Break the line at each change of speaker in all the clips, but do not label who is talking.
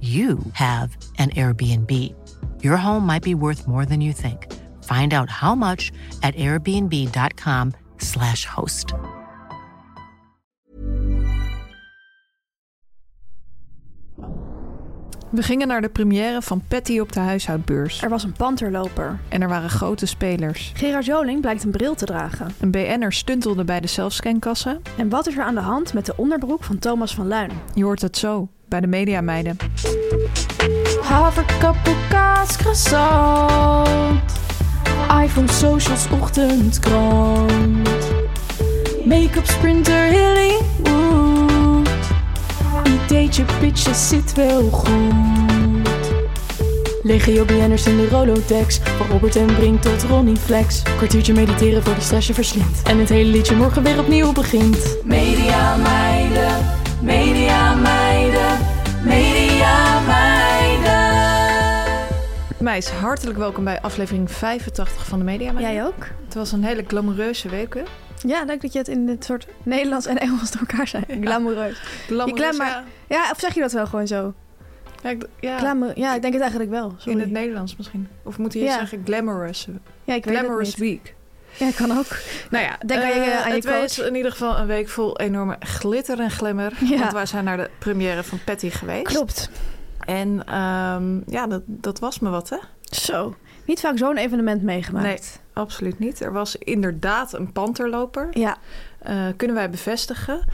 you have an Airbnb. Your home might be worth more than you think. Find out how much at airbnb.com/slash host.
We gingen naar de première van Patty op de huishoudbeurs.
Er was een panterloper.
En er waren grote spelers.
Gerard Joling blijkt een bril te dragen.
Een BN'er stuntelde bij de zelfscankassa.
En wat is er aan de hand met de onderbroek van Thomas van Luin?
Je hoort het zo, bij de mediameiden.
Haverkappel, kaas, croissant. iPhone, socials, ochtendkrant. Make-up, sprinter, Hillywood. Ideetje, pitje, zit wel goed. Legio BN'ers in de Rolodex. Van Robert en Brink tot Ronnie Flex. Kwartiertje mediteren voor de stress je verslindt. En het hele liedje morgen weer opnieuw begint. Media meiden, media meiden, media meiden.
Meis, hartelijk welkom bij aflevering 85 van de mediameiden.
Jij ook?
Het was een hele glamoureuze week, hè?
Ja, leuk dat je het in dit soort Nederlands en Engels door elkaar zei. Glamoureus.
Glamoureus,
glamour-
ja.
Ja, of zeg je dat wel gewoon zo?
Ja, ik d- ja,
Glamour. Ja, ik denk het eigenlijk wel. Sorry.
in het Nederlands misschien. Of moet hij
Ja.
zeggen glamorous,
ja, ik weet het
glamorous
niet.
week?
Ja, kan ook.
Nou ja,
Denk aan je-
eh,
aan je
het
coach.
was in ieder geval een week vol enorme glitter en glimmer.
Ja.
Want wij zijn naar de première van Patty geweest.
Klopt.
En ehm, ja, dat, dat was me wat, hè?
Zo. Niet vaak zo'n evenement meegemaakt.
Absoluut niet. Er was inderdaad een panterloper.
Ja.
Eh, kunnen wij bevestigen.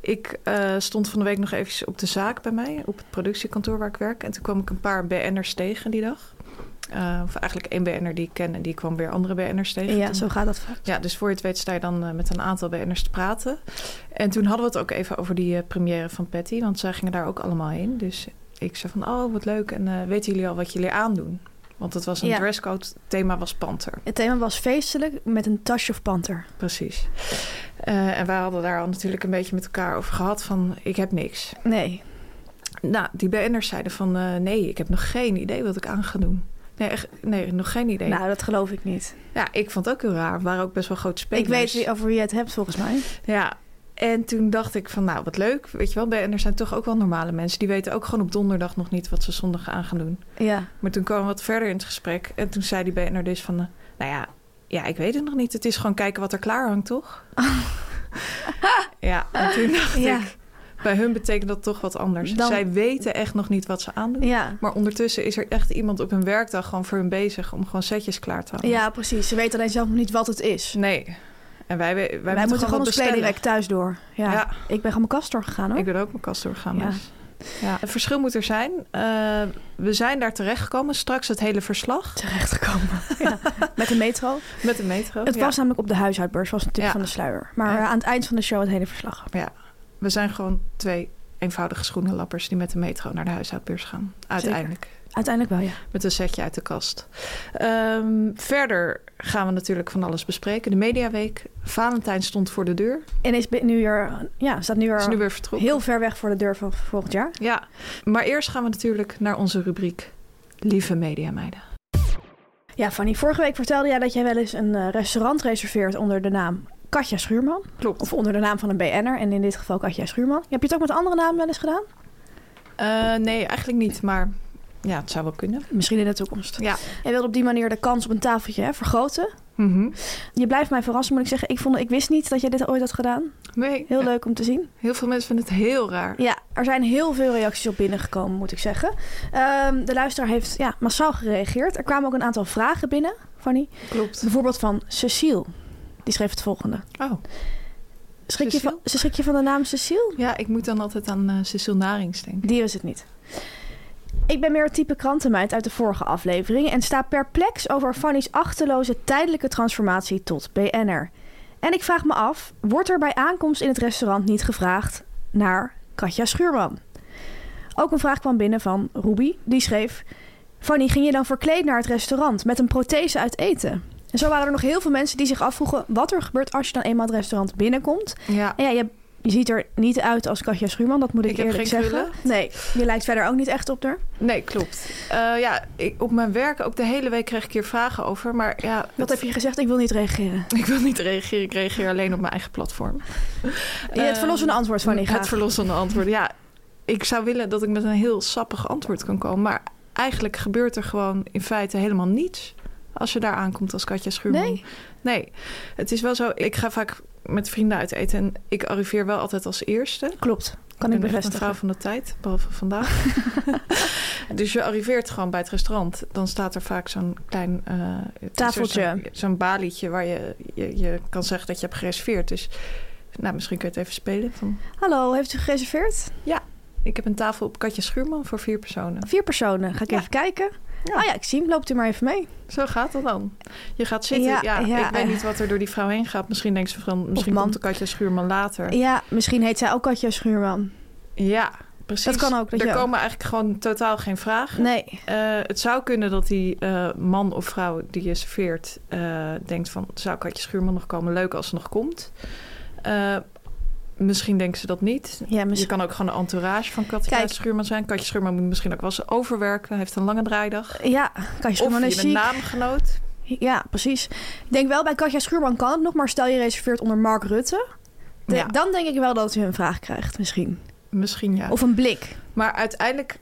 Ik eh, stond van de week nog eventjes op de zaak bij mij, op het productiekantoor waar ik werk. En toen kwam ik een paar BN'ers tegen die dag. Eh, of eigenlijk één BN'er die ik ken en die kwam weer andere BN'ers tegen.
ja,
Toen-
zo gaat dat vaak.
Ja, dus voor je het weet sta je dan eh, met een aantal BN'ers te praten. En toen hadden we het ook even over die eh, première van Patty, want zij gingen daar ook allemaal heen. Dus ik zei van, oh, wat leuk. En eh, weten jullie al wat jullie aandoen? Want het was een
Ja.
dresscode, thema was panter.
Het thema was feestelijk met een tasje of panter.
Precies. Eh, en wij hadden daar al natuurlijk een beetje met elkaar over gehad van, ik heb niks.
Nee.
Nou, die BN'ers zeiden van, eh, nee, ik heb nog geen idee wat ik aan ga doen. Nee, echt, nee nog geen idee.
Nou, dat geloof ik niet.
ja, ik vond het ook heel raar. We waren ook best wel grote spelers.
Ik weet wie, over wie je het hebt volgens mij.
Ja, en toen dacht ik van, nou, wat leuk. Weet je wel, BN'ers zijn toch ook wel normale mensen. Die weten ook gewoon op donderdag nog niet wat ze zondag aan gaan doen.
Ja.
Maar toen kwamen we wat verder in het gesprek. En toen zei die BN'er dus van, eh, nou ja, ja, ik weet het nog niet. Het is gewoon kijken wat er klaar hangt, toch? ja, en toen dacht
Ja.
ik, bij hun betekent dat toch wat anders.
Dan-
Zij weten echt nog niet wat ze aandoen.
Ja.
Maar ondertussen is er echt iemand op hun werkdag gewoon voor hun bezig... om gewoon setjes klaar te houden. Dus
Ja, precies. Ze weten alleen zelf nog niet wat het is.
Oh. Nee. En wij, wij, wij
Wij, moeten gewoon
wat
ons kledingrek
bestellen.
thuis door. Ja.
Ja.
Ik ben gewoon mijn kast doorgegaan hoor.
Ik ben ook mijn kast doorgaan.
Ja.
Oh. Ja. Ja. Het verschil moet er zijn. Eh, we zijn daar terechtgekomen. Straks het hele verslag
Terechtgekomen. ja. Met de metro.
met de metro.
Het
Oh, Ja.
was namelijk op de huishoudbeurs, was natuurlijk
Ja.
van de sluier. Maar
Ja.
eh, aan het eind van de show het hele verslag.
Ja. We zijn gewoon twee eenvoudige schoenenlappers die met de metro naar de huishoudbeurs gaan. Uiteindelijk.
Uiteindelijk wel, ja.
Met een setje uit de kast. Ehm, verder gaan we natuurlijk van alles bespreken. De Mediaweek. Valentijn stond voor de deur.
En is bi- nu weer, ja, staat nu weer,
Is nu weer vertrokken.
heel ver weg voor de deur van volgend jaar.
Ja. Maar eerst gaan we natuurlijk naar onze rubriek. Lieve Mediameiden.
Ja, Fanny, vorige week vertelde jij dat jij wel eens een eh, restaurant reserveert onder de naam Katja Schuurman.
Klopt.
Of onder de naam van een BN'er en in dit geval Katja Schuurman. Heb je het ook met andere namen wel eens gedaan?
Eh, nee, eigenlijk niet. Maar Ja, het zou wel kunnen.
Misschien in de toekomst.
Ja.
Je wilt op die manier de kans op een tafeltje hè, vergroten.
Mhm.
Je blijft mij verrassen, moet ik zeggen. Ik, vond, ik wist niet dat je dit ooit had gedaan.
Nee,
Heel leuk om te zien.
heel veel mensen vinden het heel raar.
Ja, er zijn heel veel reacties op binnengekomen, moet ik zeggen. Ehm, de luisteraar heeft ja, massaal gereageerd. Er kwamen ook een aantal vragen binnen, Fanny.
Klopt.
Bijvoorbeeld van Cecile. Die schreef het volgende.
Oh,
Schrik je, van,
Cecile?
schrik je van de naam Cecile?
ja, ik moet dan altijd aan eh Cecil Narings denken.
Die was het niet. Ik ben meer het type krantenmeid uit de vorige aflevering en sta perplex over Fanny's achterloze tijdelijke transformatie tot BN'er. En ik vraag me af, wordt er bij aankomst in het restaurant niet gevraagd naar Katja Schuurman? Ook een vraag kwam binnen van Ruby, die schreef... Fanny, ging je dan verkleed naar het restaurant met een prothese uit eten? En zo waren er nog heel veel mensen die zich afvroegen wat er gebeurt als je dan eenmaal het restaurant binnenkomt.
Ja.
Ja, je, je ziet er niet uit als Katja Schuurman, dat moet ik,
Ik heb
eerlijk
geen
zeggen. Nee, je lijkt verder ook niet echt op haar.
Nee, klopt. Eh, ja, ik, op mijn werk, ook de hele week kreeg ik hier vragen over. Maar ja,
Wat heb je gezegd? Ik wil niet reageren.
ik wil niet reageren. Ik reageer alleen op mijn eigen platform.
Ja, het
Eh,
verlossende antwoord van ik
Het verlossende antwoord, ja. Ik zou willen dat ik met een heel sappig antwoord kan komen. Maar eigenlijk gebeurt er gewoon in feite helemaal niets... als je daar aankomt als Katja Schuurman.
Nee?
Nee. Het is wel zo, ik ga vaak met vrienden uit eten... en ik arriveer wel altijd als eerste.
Klopt. Kan ik
ben echt een vrouw
bevestigen.
van de tijd, behalve vandaag. dus je arriveert gewoon bij het restaurant. Dan staat er vaak zo'n klein... eh, het is
Tafeltje.
er Zo'n, zo'n balietje waar je, je, je kan zeggen dat je hebt gereserveerd. Dus nou, misschien kun je het even spelen. Van,
Hallo, heeft u gereserveerd?
ik heb een tafel op Katja Schuurman voor vier personen.
Vier personen. Ga ik
Ja.
even kijken.
Ja.
Oh ja, ik zie hem. Loopt u maar even mee.
Zo gaat dat dan. Je gaat zitten.
Ja,
Ja,
ja,
ik weet
ja.
niet wat er door die vrouw heen gaat. Misschien denkt ze van, misschien
man.
komt de Katja Schuurman later.
Ja, misschien heet zij ook Katja Schuurman.
Ja, precies.
Dat kan ook, dat
er
je ook.
komen eigenlijk gewoon totaal geen vragen.
Nee.
Eh, het zou kunnen dat die eh, man of vrouw die je serveert eh, denkt van... zou Katje Schuurman nog komen? Leuk als ze nog komt. Eh, misschien denken ze dat niet.
Ja,
Je
misschien.
kan ook gewoon een entourage van Katja
Kijk.
Schuurman zijn. Katje Schuurman moet misschien ook wel eens overwerken. Heeft een lange draaidag.
Ja, Katja
Of
Schuurman
je
is
bent
ziek.
naamgenoot.
Ja, precies. Ik denk wel, bij Katja Schuurman kan het nog, maar stel je reserveert onder Mark Rutte. de-
Ja.
Dan denk ik wel dat u een vraag krijgt, misschien.
Misschien ja.
Of een blik.
Maar uiteindelijk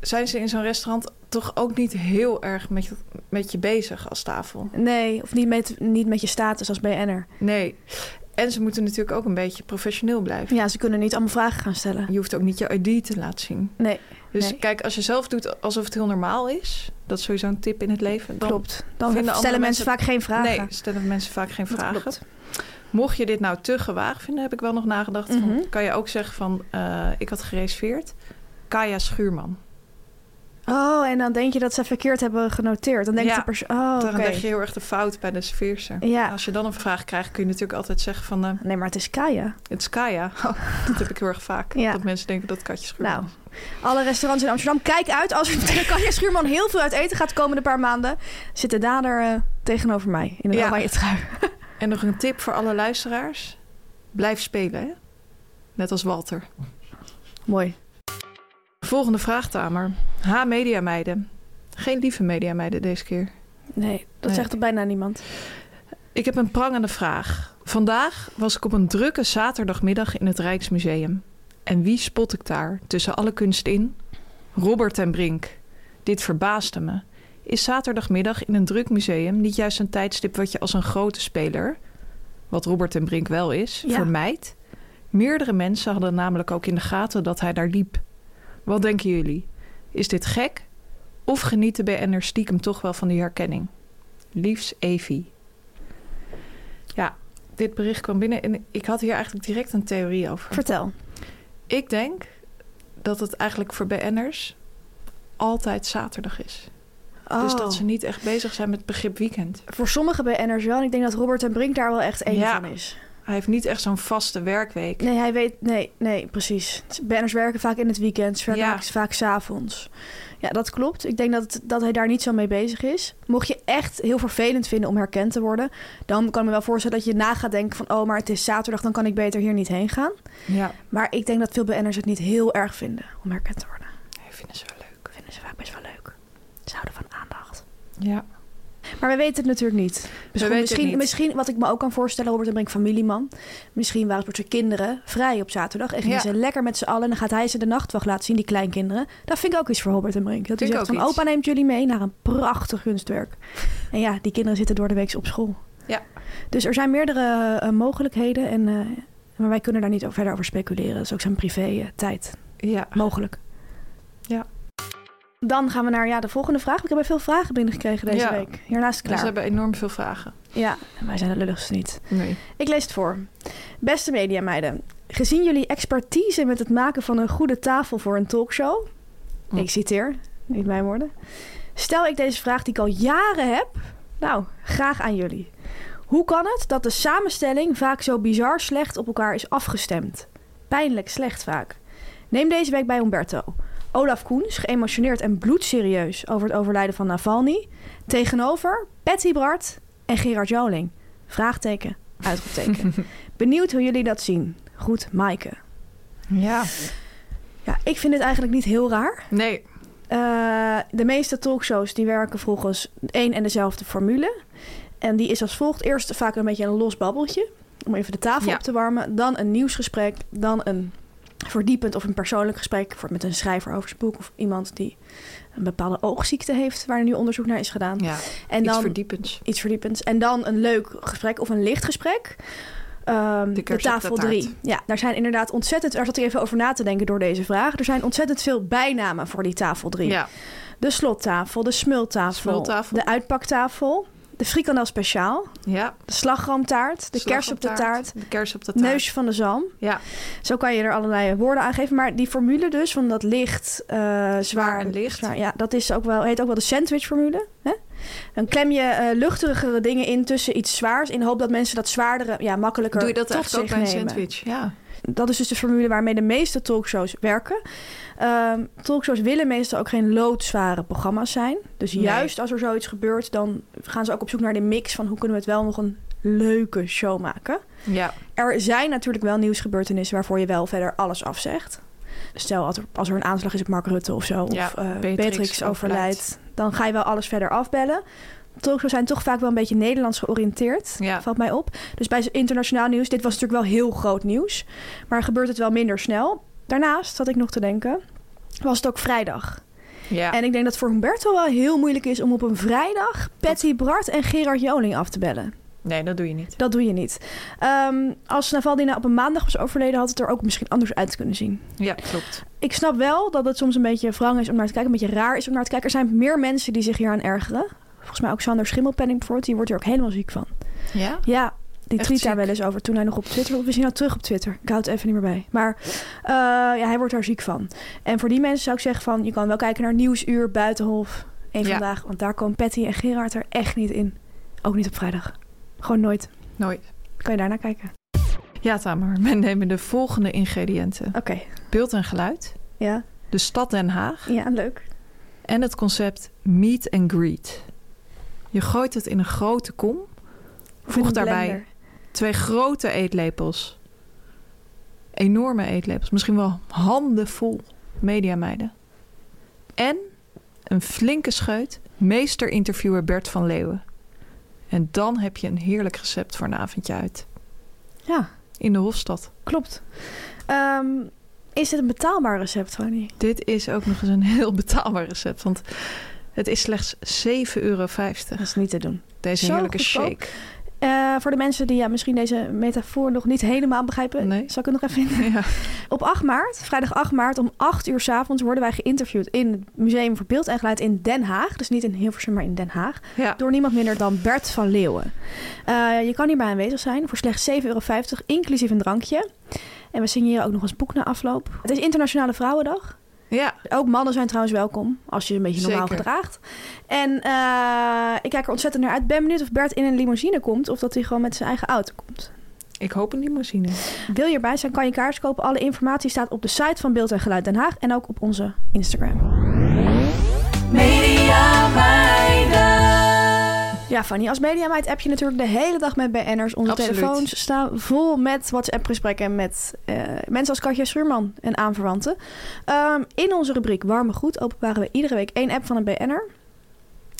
zijn ze in zo'n restaurant toch ook niet heel erg met je, met je bezig als tafel.
Nee, of niet met, niet met je status als BN'er.
Nee. En ze moeten natuurlijk ook een beetje professioneel blijven.
Ja, ze kunnen niet allemaal vragen gaan stellen.
Je hoeft ook niet je ID te laten zien.
Nee,
Dus
Nee.
kijk, als je zelf doet alsof het heel normaal is, dat is sowieso een tip in het leven. dan-
klopt.
vinden
Dan stellen mensen,
andere mensen-
vaak geen vragen.
Nee, stellen mensen vaak geen
Dat
vragen.
klopt.
Mocht je dit nou te gewaagd vinden, heb ik wel nog nagedacht. van,
Mhm.
kan je ook zeggen van, eh, ik had gereserveerd. Kaya Schuurman.
Oh, en dan denk je dat ze verkeerd hebben genoteerd. Dan denkt
Ja,
de persoon... Oh,
Dan
oké.
leg je heel erg de fout bij de serveerster.
Ja.
Als je dan een vraag krijgt, kun je natuurlijk altijd zeggen van, eh,
Nee, maar het is Kaya.
het is Kaya. dat heb ik heel erg vaak.
Ja.
Dat mensen denken dat Katje Schuurman.
Nou,
is.
alle restaurants in Amsterdam, kijk uit. Als er Kaya Schuurman heel veel uit eten gaat de komende paar maanden... zit de dader eh, tegenover mij in een
Ja.
oranje trui.
En nog een tip voor alle luisteraars. Blijf spelen, hè? Net als Walter.
Mooi.
Volgende vraag, Tamer. H. Mediameiden. Geen lieve mediameiden deze keer.
Nee, dat
Nee.
zegt er bijna niemand.
Ik heb een prangende vraag. Vandaag was ik op een drukke zaterdagmiddag in het Rijksmuseum. En wie spot ik daar tussen alle kunst in? Robert en Brink. Dit verbaasde me. Is zaterdagmiddag in een druk museum niet juist een tijdstip wat je als een grote speler, wat Robert en Brink wel is,
Ja.
vermijdt? Meerdere mensen hadden namelijk ook in de gaten dat hij daar liep. Wat denken jullie? Is dit gek? Of genieten BN'er stiekem toch wel van die herkenning? Liefs Evie. Ja, dit bericht kwam binnen en ik had hier eigenlijk direct een theorie over.
Vertel.
Ik denk dat het eigenlijk voor BN'ers altijd zaterdag is. Dus dat ze niet echt bezig zijn met het begrip weekend.
Oh. Voor sommige BN'ers wel. En ik denk dat Robert en Brink daar wel echt één
Ja.
van is.
Hij heeft niet echt zo'n vaste werkweek.
Nee, hij weet... Nee, nee, precies. BN'ers werken vaak in het weekend. Ze werken
Ja.
vaak- vaak s'avonds. Ja, dat klopt. Ik denk dat, dat hij daar niet zo mee bezig is. Mocht je echt heel vervelend vinden om herkend te worden... dan kan ik me wel voorstellen dat je na gaat denken van... oh, maar het is zaterdag, dan kan ik beter hier niet heen gaan.
Ja,
Maar ik denk dat veel BN'ers het niet heel erg vinden om herkend te worden.
hij vindt ze wel leuk.
Dat vinden ze vaak best wel leuk. Ze houden van aandacht.
Ja.
Maar we weten het natuurlijk niet. Misschien,
weten het
misschien,
niet.
misschien, wat ik me ook kan voorstellen, Robert en Brink, familieman. Misschien waren het voor zijn kinderen vrij op zaterdag. En gingen
Ja.
ze lekker met z'n allen. En dan gaat hij ze de nachtwacht laten zien, die kleinkinderen. Dat vind ik ook iets voor Robert en Brink. Dat hij
Vind ik
zegt
ook
van,
iets.
opa neemt jullie mee naar een prachtig kunstwerk. En ja, die kinderen zitten door de week op school.
Ja.
Dus er zijn meerdere eh, mogelijkheden. En, eh, maar wij kunnen daar niet verder over speculeren. Dat is ook zijn privé eh, tijd.
Ja.
Mogelijk.
Ja.
Dan gaan we naar ja, de volgende vraag. Ik heb er veel vragen binnengekregen deze
Ja.
week. Hiernaast klaar.
Ze hebben enorm veel vragen.
Ja, en wij zijn de lulligste niet.
Nee.
Ik lees het voor. Beste mediameiden, gezien jullie expertise met het maken van een goede tafel voor een talkshow...
Hm.
Ik citeer, niet mijn woorden. Stel ik deze vraag die ik al jaren heb, nou, graag aan jullie. Hoe kan het dat de samenstelling vaak zo bizar slecht op elkaar is afgestemd? Pijnlijk slecht vaak. Neem deze week bij Umberto. Olaf Koens, geëmotioneerd en bloedserieus over het overlijden van Navalny. Tegenover Patty Bart en Gerard Joling. Vraagteken, uitroepteken. Benieuwd hoe jullie dat zien. Goed, Maaike.
Ja.
Ja, ik vind dit eigenlijk niet heel raar.
Nee.
Eh, de meeste talkshows die werken volgens één en dezelfde formule. En die is als volgt. Eerst vaak een beetje een los babbeltje. Om even de tafel
Ja.
op te warmen. Dan een nieuwsgesprek. Dan een verdiepend of een persoonlijk gesprek. voor- Met een schrijver over zijn boek. Of iemand die een bepaalde oogziekte heeft. Waar nu onderzoek naar is gedaan.
Ja.
en
iets
dan
verdiepends.
iets verdiepends. En dan een leuk gesprek of een licht gesprek. Ehm, de,
De kers op de
tafel
taart.
3. Ja, daar zijn inderdaad ontzettend. Daar zat ik even over na te denken door deze vraag. Er zijn ontzettend veel bijnamen voor die tafel 3.
Ja.
De slottafel, de smultafel,
Smultafel.
de uitpaktafel, de frikandel speciaal,
Ja.
de slagroomtaart, de kers op de taart,
De kers op de taart.
neusje van de zalm.
Ja.
Zo kan je er allerlei woorden aan geven. Maar die formule dus, van dat licht, eh, zwaar
en licht.
zwaar, ja, dat is ook wel, heet ook wel de sandwichformule. Hè? Dan klem je eh, luchtigere dingen in tussen iets zwaars... in de hoop dat mensen dat zwaardere ja, makkelijker
Doe je dat
tot
eigenlijk ook
zich
bij een
nemen
sandwich? Ja.
dat is dus de formule waarmee de meeste talkshows werken. Ehm, talkshows willen meestal ook geen loodzware programma's zijn. Dus
Nee.
juist als er zoiets gebeurt, dan gaan ze ook op zoek naar de mix van hoe kunnen we het wel nog een leuke show maken.
Ja.
Er zijn natuurlijk wel nieuwsgebeurtenissen waarvoor je wel verder alles afzegt. Stel als er, als er een aanslag is op Mark Rutte of zo,
Ja,
of eh, Beatrix,
Beatrix
overlijdt,
overlijdt.
dan ga je wel alles verder afbellen. Talkshows zijn toch vaak wel een beetje Nederlands georiënteerd
Ja.
valt mij op. Dus bij internationaal nieuws, dit was natuurlijk wel heel groot nieuws. Maar gebeurt het wel minder snel. Daarnaast, zat ik nog te denken, was het ook vrijdag.
Ja.
En ik denk dat voor Humberto wel heel moeilijk is om op een vrijdag... Patty Bart en Gerard Joling af te bellen.
Nee, dat doe je niet.
Dat doe je niet. Ehm, als Navaldina op een maandag was overleden, had het er ook misschien anders uit kunnen zien.
Ja, klopt.
Ik snap wel dat het soms een beetje wrang is om naar te kijken. Een beetje raar is om naar te kijken. Er zijn meer mensen die zich hier aan ergeren. Volgens mij ook Sander Schimmelpenning bijvoorbeeld. Die wordt er ook helemaal ziek van.
Ja?
Ja, die
Echt
tweet daar
ziek.
wel eens over toen hij nog op Twitter... Of is hij nou terug op Twitter? Ik houd het even niet meer bij. Maar eh, ja, hij wordt daar ziek van. En voor die mensen zou ik zeggen van... Je kan wel kijken naar Nieuwsuur, Buitenhof, Eén
Ja.
Vandaag. Want daar komen Patty en Gerard er echt niet in. Ook niet op vrijdag. Gewoon nooit.
Nooit.
Kan je daarna kijken.
Ja, Tamer. We nemen de volgende ingrediënten.
Oké.
Beeld en geluid.
Ja.
De stad Den Haag.
ja, leuk.
En het concept meet and greet. Je gooit het in een grote kom.
Met
Voeg
een
daarbij
blender.
twee grote eetlepels. Enorme eetlepels. Misschien wel handenvol mediameiden. En een flinke scheut meester-interviewer Bert van Leeuwen. En dan heb je een heerlijk recept voor een avondje uit.
Ja,
In de Hofstad.
klopt. Ehm, is dit een betaalbaar recept, Fanny?
Dit is ook nog eens een heel betaalbaar recept. Want het is slechts 7,50 euro.
Dat is niet te doen.
Deze
Zo
heerlijke
goedkoop.
shake.
Eh, voor de mensen die ja, misschien deze metafoor nog niet helemaal begrijpen...
Nee.
zal ik het nog even in
Ja.
Op 8 maart, vrijdag 8 maart om 8 uur 's avonds worden wij geïnterviewd in het Museum voor Beeld en Geluid in Den Haag. Dus niet in Hilversum, maar in Den Haag.
ja.
Door niemand minder dan Bert van Leeuwen. Eh, je kan hierbij aanwezig zijn voor slechts 7,50 euro, inclusief een drankje. En we signeren ook nog eens boek na afloop. Het is Internationale Vrouwendag.
ja.
Ook mannen zijn trouwens welkom, als je je een beetje normaal
Zeker.
gedraagt. En eh, ik kijk er ontzettend naar uit. Ben benieuwd of Bert in een limousine komt of dat hij gewoon met zijn eigen auto komt.
Ik hoop een limousine.
Wil je erbij zijn, kan je kaartjes kopen. Alle informatie staat op de site van Beeld en Geluid Den Haag en ook op onze Instagram.
Media meiden.
Ja, Fanny, als mediameid app je natuurlijk de hele dag met BN'ers. Onze
Absoluut.
telefoons staan vol met WhatsApp-gesprekken met eh, mensen als Katja Schuurman en aanverwanten. Ehm, in onze rubriek Warme Goed openbaren we iedere week één app van een BN'er.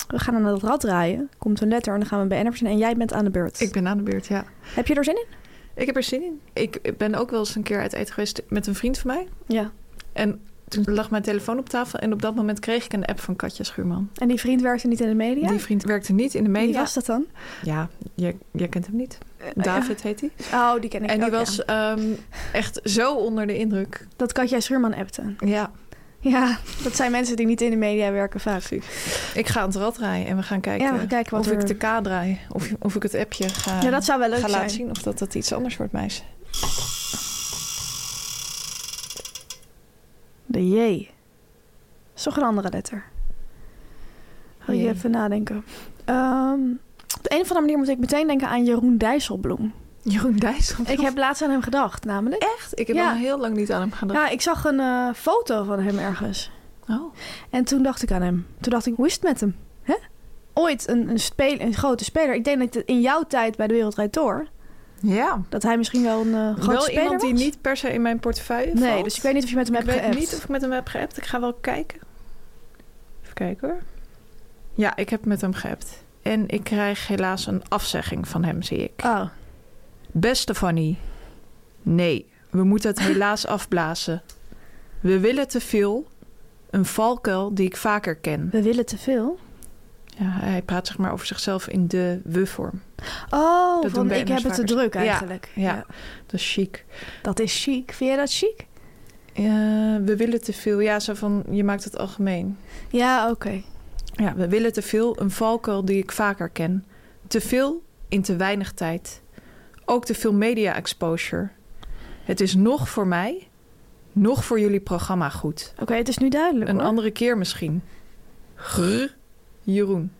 we gaan aan het rad draaien. Komt een letter en dan gaan we bij BN'er verzinnen. En jij bent aan de beurt.
Ik ben aan de beurt, ja.
Heb je er zin in?
Ik heb er zin in. Ik ben ook wel eens een keer uit eten geweest met een vriend van mij.
Ja.
En toen
Mm.
lag mijn telefoon op tafel en op dat moment kreeg ik een app van Katja Schuurman.
En die vriend werkte niet in de media?
Die vriend werkte niet in de
Wie
media.
was dat dan?
Ja, jij, jij kent hem niet. David heet hij.
Oh, die ken ik
En die
ook, ja.
was ehm, echt zo onder de indruk.
Dat Katja Schuurman appte.
Ja,
Ja, dat zijn mensen die niet in de media werken vaak.
ik ga aan het rad draaien en we gaan kijken,
Ja, we gaan kijken wat
eh, of ik
er-
de K draai. Of, of ik het appje ga,
Ja, dat zou wel leuk
ga laten
zijn.
zien. Of dat dat iets anders wordt, meisje.
De J. is toch een andere letter. Ga
J.
Oh, je even nadenken. Ehm, op de een of andere manier moet ik meteen denken aan Jeroen Dijsselbloem.
Jeroen Dijssel.
Ik heb laatst aan hem gedacht, namelijk.
echt, ik heb
Ja.
al heel lang niet aan hem gedacht.
Ja, ik zag een eh, foto van hem ergens.
Oh.
En toen dacht ik aan hem. Toen dacht ik, hoe is het met hem? Hè? Ooit een, een, speel, een grote speler. Ik denk dat het in jouw tijd bij de Wereld Rijd Door...
Ja.
dat hij misschien wel een eh grote
Wel
speler
iemand die
was.
niet per se in mijn portefeuille valt.
Nee, dus ik weet niet of je met hem
Ik
hebt
weet
geappt.
niet of ik met hem heb geappt. Ik ga wel kijken. Even kijken hoor. Ja, ik heb met hem geappt. En ik krijg helaas een afzegging van hem, zie ik.
Oh,
Beste Fanny, nee, we moeten het helaas afblazen. We willen te veel. Een valkuil die ik vaker ken.
we willen te veel.
Ja, hij praat zeg maar over zichzelf in de we-vorm.
Oh,
Dat
van
doen
ik heb het te
BN'ers
druk
vaker.
eigenlijk.
Ja, dat is chic.
Dat is chic. Vind je dat chic?
Eh, we willen te veel. Ja, zo van, je maakt het algemeen.
Ja, oké.
Ja, we willen te veel, een valkuil die ik vaker ken. Te veel in te weinig tijd. Ook te veel media exposure. Het is nog voor mij, nog voor jullie programma goed.
Oké, het is nu duidelijk.
Een
hoor.
andere keer misschien. Grr, Jeroen.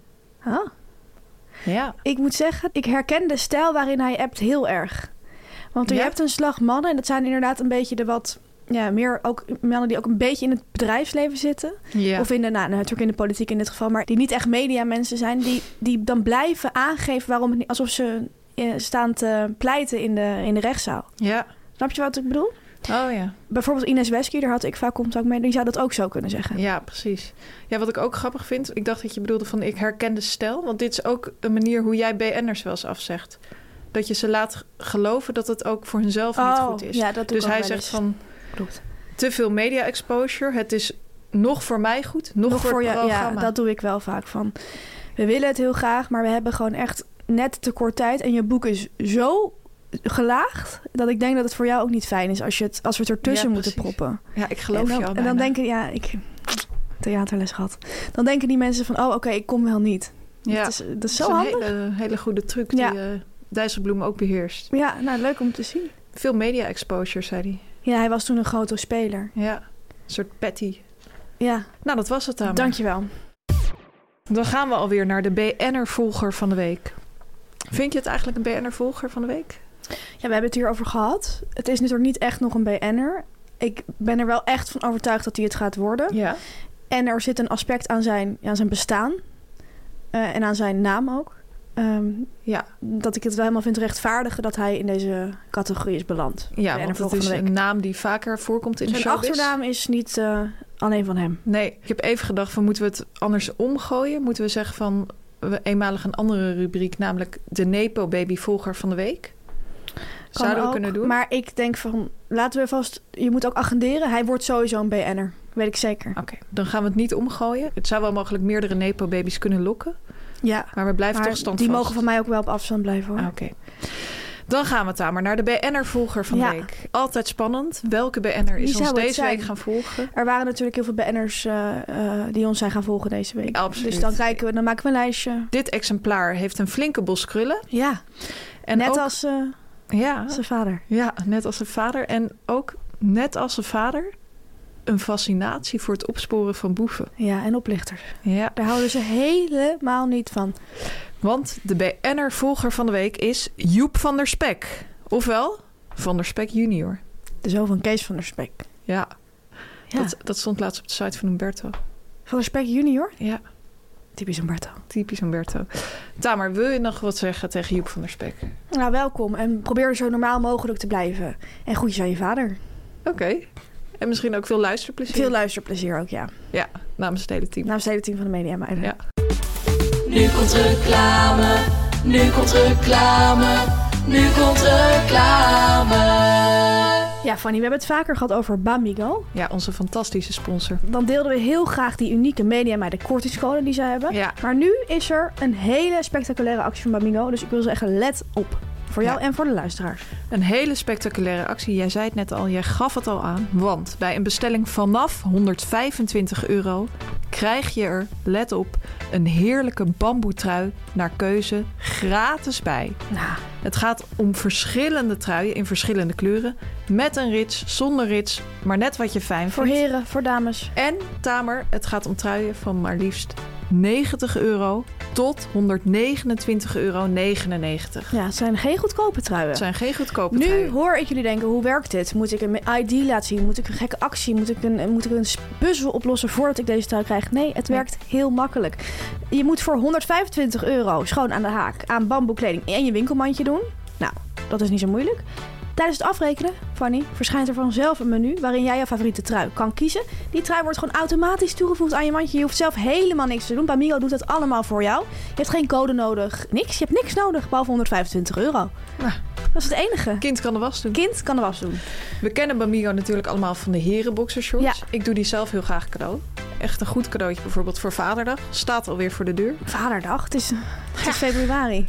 Ah.
Ja.
Ik moet zeggen, ik herken de stijl waarin hij appt heel erg. Want je
Ja?
hebt een slag mannen, en dat zijn inderdaad een beetje de wat. Ja, meer ook mannen die ook een beetje in het bedrijfsleven zitten.
ja.
Of in de, nou, nou, natuurlijk in de politiek in dit geval, maar die niet echt mediamensen zijn. Die, die dan blijven aangeven waarom het niet. alsof ze eh, staan te pleiten in de, in de rechtszaal.
ja.
Snap je wat ik bedoel?
Oh ja.
Bijvoorbeeld Ines Wesky, daar had ik vaak contact mee. Die zou dat ook zo kunnen zeggen.
Ja, precies. Ja, wat ik ook grappig vind. Ik dacht dat je bedoelde van ik herken de stijl. Want dit is ook een manier hoe jij BN'ers wel eens afzegt. Dat je ze laat geloven dat het ook voor hunzelf niet goed is.
Oh, ja, dat doe
dus
ik ook
hij
wel
zegt
eens.
van
Klopt.
te veel media exposure. Het is nog voor mij goed, nog,
Nog voor je, ja,
programma.
dat doe ik wel vaak van. We willen het heel graag, maar we hebben gewoon echt net te kort tijd. En je boek is zo gelaagd dat ik denk dat het voor jou ook niet fijn is als, je het, als we het ertussen
Ja,
moeten
precies.
proppen.
Ja, ik geloof
en dan,
je al
En
bijna.
dan denken, ja, ik theaterles gehad. Dan denken die mensen van, oh, oké, ik kom wel niet.
ja,
Dat, is, dat is
dat
zo
is een
handig.
hele, hele goede truc
Ja.
die eh Dijsselbloem ook beheerst.
Ja, nou, leuk om te zien.
Veel media exposure, zei hij.
Ja, hij was toen een grote speler.
Ja, een soort petty.
Ja,
Nou, dat was het dan.
dankjewel.
Dan gaan we alweer naar de BN'er-volger van de week. Vind je het eigenlijk een BN'er-volger van de week?
Ja, we hebben het hierover gehad. Het is natuurlijk niet echt nog een BN'er. Ik ben er wel echt van overtuigd dat hij het gaat worden.
Ja.
En er zit een aspect aan zijn, aan zijn bestaan. eh, en aan zijn naam ook. Ehm,
Ja,
dat ik het wel helemaal vind rechtvaardigen dat hij in deze categorie is beland.
ja
BN'er
want het
volger
is
van de
een
week.
naam die vaker voorkomt in de
Zijn
showbiz.
achternaam is niet eh, alleen van hem.
Nee, ik heb even gedacht van moeten we het anders omgooien? Moeten we zeggen van we eenmalig een andere rubriek, namelijk de Nepo Baby Volger van de Week?
Kan
Zouden we
ook,
kunnen doen?
Maar ik denk van, laten we vast... Je moet ook agenderen. Hij wordt sowieso een BN'er. Weet ik zeker.
Oké, dan gaan we het niet omgooien. Het zou wel mogelijk meerdere Nepo Babies kunnen lokken,
Ja.
maar we blijven
Maar
toch standvastig.
die mogen van mij ook wel op afstand blijven hoor.
Ah, Oké. Dan gaan we het aan, maar naar de BN'er-volger van
Ja.
de week. Altijd spannend. Welke BN'er
Wie
is ons
zou het
deze
zijn?
week gaan volgen?
Er waren natuurlijk heel veel BN'ers eh, eh, die ons zijn gaan volgen deze week.
Absoluut.
Dus dan kijken we, dan maken we een lijstje.
Dit exemplaar heeft een flinke bos krullen.
Ja,
En
net
ook- Ah.
als eh,
Ja,
zijn vader.
Ja, net als zijn vader. En ook net als zijn vader een fascinatie voor het opsporen van boeven.
Ja, en oplichters.
Ja.
Daar houden ze helemaal niet van.
Want de BN'er-volger van de week is Joep van der Spek. Ofwel, Van der Spek junior.
De zoon van Kees van der Spek.
Ja,
Ja.
Dat, dat stond laatst op de site van Humberto.
Van der Spek junior?
Ja,
Typisch Umberto.
typisch Humberto. Tamer, wil je nog wat zeggen tegen Joep van der Spek?
Nou, welkom. En probeer zo normaal mogelijk te blijven. En groetjes aan je vader.
Oké. En misschien ook veel Nou, luisterplezier.
Veel luisterplezier ook, ja.
ja, namens het hele team.
Namens het hele team van de media. Maar
Ja.
Nu komt reclame, nu komt reclame, nu komt reclame.
Ja, Fanny, we hebben het vaker gehad over Bamigo.
Ja, onze fantastische sponsor.
Dan deelden we heel graag die unieke media met de kortingscode die ze hebben.
Ja.
Maar nu is er een hele spectaculaire actie van Bamigo. Dus ik wil zeggen, let op. Voor jou
Ja.
en voor de luisteraars.
Een hele spectaculaire actie. Jij zei het net al, jij gaf het al aan. Want bij een bestelling vanaf 125 euro krijg je er, let op, een heerlijke bamboetrui naar keuze gratis bij.
Nou,
Het gaat om verschillende truien in verschillende kleuren. Met een rits, zonder rits, maar net wat je fijn
voor
vindt.
heren, voor dames.
En Tamer, het gaat om truien van maar liefst 90 euro tot 129,99 euro.
Ja, het zijn geen goedkope truien.
Het zijn geen goedkope
Nu
truien.
hoor ik jullie denken, hoe werkt dit? Moet ik een ID laten zien? Moet ik een gekke actie? Moet ik een, moet ik een puzzel oplossen voordat ik deze trui krijg? Nee, het
Nee.
werkt heel makkelijk. Je moet voor 125 euro schoon aan de haak aan bamboekleding en je winkelmandje doen. Nou, dat is niet zo moeilijk. Tijdens het afrekenen, Fanny, verschijnt er vanzelf een menu waarin jij jouw favoriete trui kan kiezen. Die trui wordt gewoon automatisch toegevoegd aan je mandje. Je hoeft zelf helemaal niks te doen. Bamigo doet dat allemaal voor jou. Je hebt geen code nodig, niks. Je hebt niks nodig, behalve 125 euro.
Nou.
Dat is het enige
Kind kan de was doen.
kind kan de was doen.
We kennen Bamigo natuurlijk allemaal van de herenboxershorts.
Ja.
Ik doe die zelf heel graag cadeau. Echt een goed cadeautje bijvoorbeeld voor Vaderdag. Staat alweer voor de deur.
Vaderdag, het is, het is februari.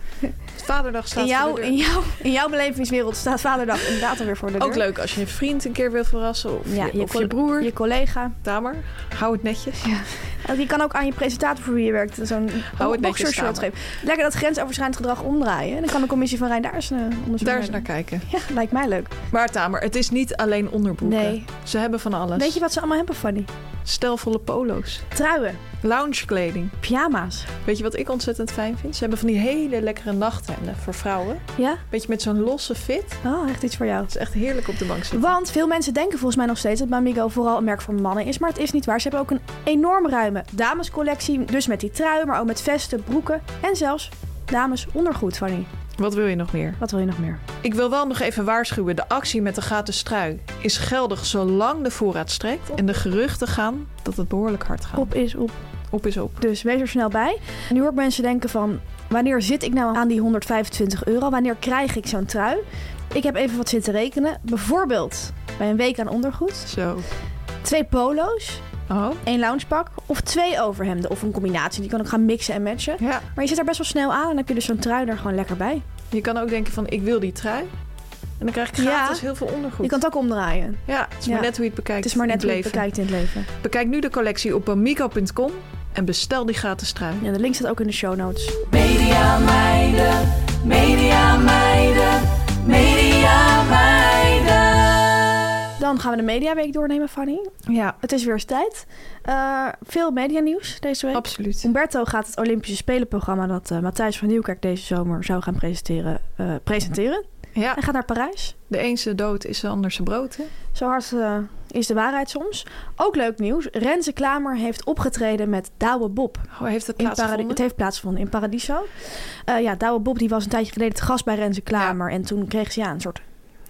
Vaderdag staat
In,
voor
jou,
de deur.
in, jou, in jouw belevingswereld staat Vaderdag inderdaad alweer voor de deur.
Ook leuk als je een vriend een keer wil verrassen. Of,
Ja,
je,
je
of je
col-
broer.
Je collega.
Tamer, hou het netjes.
Je kan ook aan je presentator voor wie je werkt zo'n
netjes
boxershort
samen.
geven. Lekker dat grensoverschrijdend gedrag omdraaien. Dan kan de commissie van Rijn Daarsen onderzoeken.
Daar eens naar kijken.
Ja, lijkt mij leuk.
Maar Tamer, het is niet alleen onderbroeken.
Nee.
Ze hebben van alles.
Weet je wat ze allemaal hebben, Fanny?
Stelvolle polo's.
Truien,
Loungekleding.
pyjama's.
Weet je wat ik ontzettend fijn vind? Ze hebben van die hele lekkere nachthemden voor vrouwen.
Ja?
Beetje met zo'n losse fit. Het
Oh, echt iets voor jou.
is echt heerlijk op de bank zitten.
Want veel mensen denken volgens mij nog steeds dat Mamigo vooral een merk voor mannen is. Maar het is niet waar. Ze hebben ook een enorm ruime damescollectie. Dus met die truien, maar ook met vesten, broeken en zelfs dames ondergoed, Fanny.
Wat wil je nog meer?
Wat wil je nog meer?
Ik wil wel nog even waarschuwen. De actie met de gratis trui is geldig zolang de voorraad strekt. En de geruchten gaan dat het behoorlijk hard gaat.
Op is op.
Op is op.
Dus wees er snel bij. Nu hoor ik mensen denken van... Wanneer zit ik nou aan die 125 euro? Wanneer krijg ik zo'n trui? Ik heb even wat zitten rekenen. Bijvoorbeeld bij een week aan ondergoed.
Zo.
Twee polo's,
Oh.
één loungepak of twee overhemden. Of een combinatie. Die kan ook gaan mixen en matchen.
Ja.
Maar je zit er best wel snel aan en dan heb je dus zo'n trui er gewoon lekker bij.
Je kan ook denken van ik wil die trui. En dan krijg ik
Ja.
gratis heel veel ondergoed.
Je kan het ook omdraaien.
Ja, het is maar
Ja.
net hoe je het bekijkt.
Het is maar
in
net hoe je het bekijkt in het leven.
leven. Bekijk nu de collectie op amico.com en bestel die gratis trui.
Ja, de link staat ook in de show notes.
Media meiden, media meiden, media meiden.
Dan gaan we de mediaweek doornemen, Fanny.
Ja,
Het is weer eens tijd. Eh, veel medianieuws deze week.
absoluut.
Humberto gaat het Olympische Spelenprogramma dat eh, Matthijs van Nieuwkerk deze zomer zou gaan presenteren. eh, presenteren.
Ja,
Hij gaat naar Parijs.
de een zijn dood is de ander zijn brood. Hè?
Zo hard eh, is de waarheid soms. Ook leuk nieuws. Renze Klamer heeft opgetreden met Douwe Bob.
Oh, heeft dat
In Paradi-
plaatsgevonden?
het heeft plaatsgevonden in Paradiso. Eh, ja, Douwe Bob die was een tijdje geleden te gast bij Renze Klamer. En toen kreeg ze ja, een soort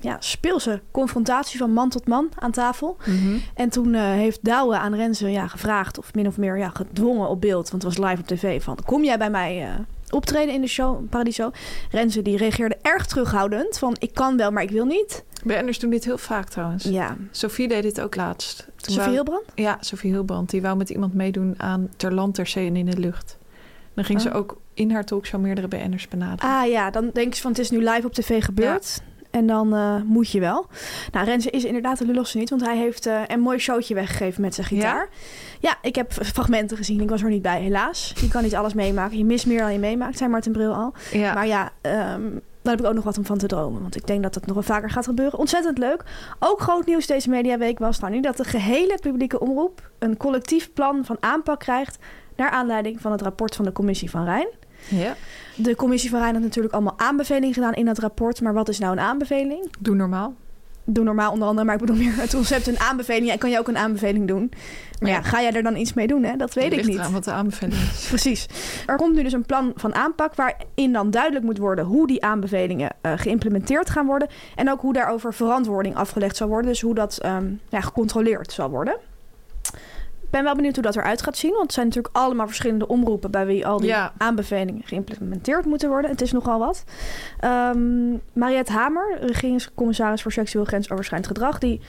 ja, speelse confrontatie van man tot man aan tafel.
Mhm.
En toen eh, heeft Douwe aan Renze ja, gevraagd, of min of meer ja, gedwongen op beeld, want het was live op tv, van kom jij bij mij eh, optreden in de show Paradiso? Renze die reageerde erg terughoudend, van ik kan wel, maar ik wil niet.
Berners doen dit heel vaak trouwens.
Ja,
Sophie deed dit ook laatst. Toen
Sophie
wou-
Hilbrand?
Ja, Sophie Hilbrand. Die wou met iemand meedoen aan Ter Land, Ter Zee en In de Lucht. Dan ging ze
Oh.
ook in haar talkshow meerdere BN'ers benaderen.
Ah ja, dan denk je van het is nu live op tv gebeurd. En dan eh, moet je wel. Nou, Renze is inderdaad de lulligste niet, want hij heeft eh, een mooi showtje weggegeven met zijn gitaar. Ja? ik heb f- fragmenten gezien. Ik was er niet bij, helaas. Je kan niet alles meemaken. Je mist meer dan je meemaakt, zei Martin Bril al.
ja.
Maar ja, ehm, daar heb ik ook nog wat om van te dromen. Want ik denk dat dat nog wel vaker gaat gebeuren. Ontzettend leuk. Ook groot nieuws deze mediaweek was nou nu dat de gehele publieke omroep een collectief plan van aanpak krijgt. Naar aanleiding van het rapport van de Commissie van Rijn.
ja.
De Commissie van Rijn had natuurlijk allemaal aanbevelingen gedaan in dat rapport. Maar wat is nou een aanbeveling?
Doe normaal.
Doe normaal onder andere, maar ik bedoel meer het concept een aanbeveling. Ja, kan je ook een aanbeveling doen. Maar ja,
Ja.
ga jij er dan iets mee doen? Hè? Dat weet ik
Ligt
niet.
eraan wat de aanbeveling is.
Precies. Er komt nu dus een plan van aanpak waarin dan duidelijk moet worden hoe die aanbevelingen eh, geïmplementeerd gaan worden. En ook hoe daarover verantwoording afgelegd zal worden. Dus hoe dat ehm, ja, gecontroleerd zal worden. ben wel benieuwd hoe dat eruit gaat zien. Want het zijn natuurlijk allemaal verschillende omroepen bij wie al die
Ja.
aanbevelingen geïmplementeerd moeten worden. Het is nogal wat. Ehm Mariette Hamer, regeringscommissaris voor seksueel grensoverschrijdend gedrag, die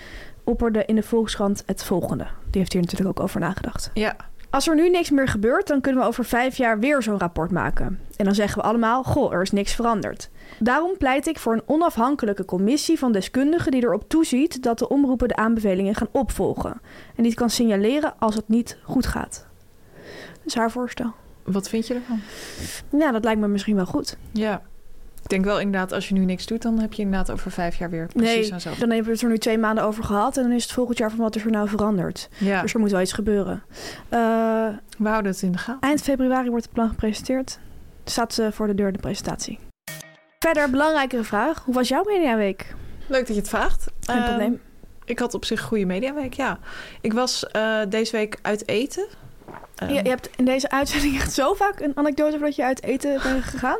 opperde in de Volkskrant het volgende. Die heeft hier natuurlijk ook over nagedacht.
Ja,
Als er nu niks meer gebeurt, dan kunnen we over vijf jaar weer zo'n rapport maken. En dan zeggen we allemaal, goh, er is niks veranderd. Daarom pleit ik voor een onafhankelijke commissie van deskundigen die erop toeziet dat de omroepen de aanbevelingen gaan opvolgen. En die het kan signaleren als het niet goed gaat. Dat is haar voorstel.
wat vind je ervan?
Ja, dat lijkt me misschien wel goed.
Ja. Ik denk wel inderdaad, als je nu niks doet, dan heb je inderdaad over vijf jaar weer precies
nee,
zo.
dan hebben we het er nu twee maanden over gehad en dan is het volgend jaar van wat is er nou veranderd.
Ja,
Dus er moet wel iets gebeuren. Eh,
we houden het in de gaten.
Eind februari wordt het plan gepresenteerd. Staat ze voor de deur de presentatie. Verder, belangrijkere vraag. Hoe was jouw mediaweek?
Leuk dat je het vraagt.
Geen
Ehm,
probleem.
Ik had op zich een goede mediaweek, ja. Ik was eh, deze week uit eten. Ehm,
Je, je hebt in deze uitzending echt zo vaak een anekdote van dat je uit eten bent gegaan.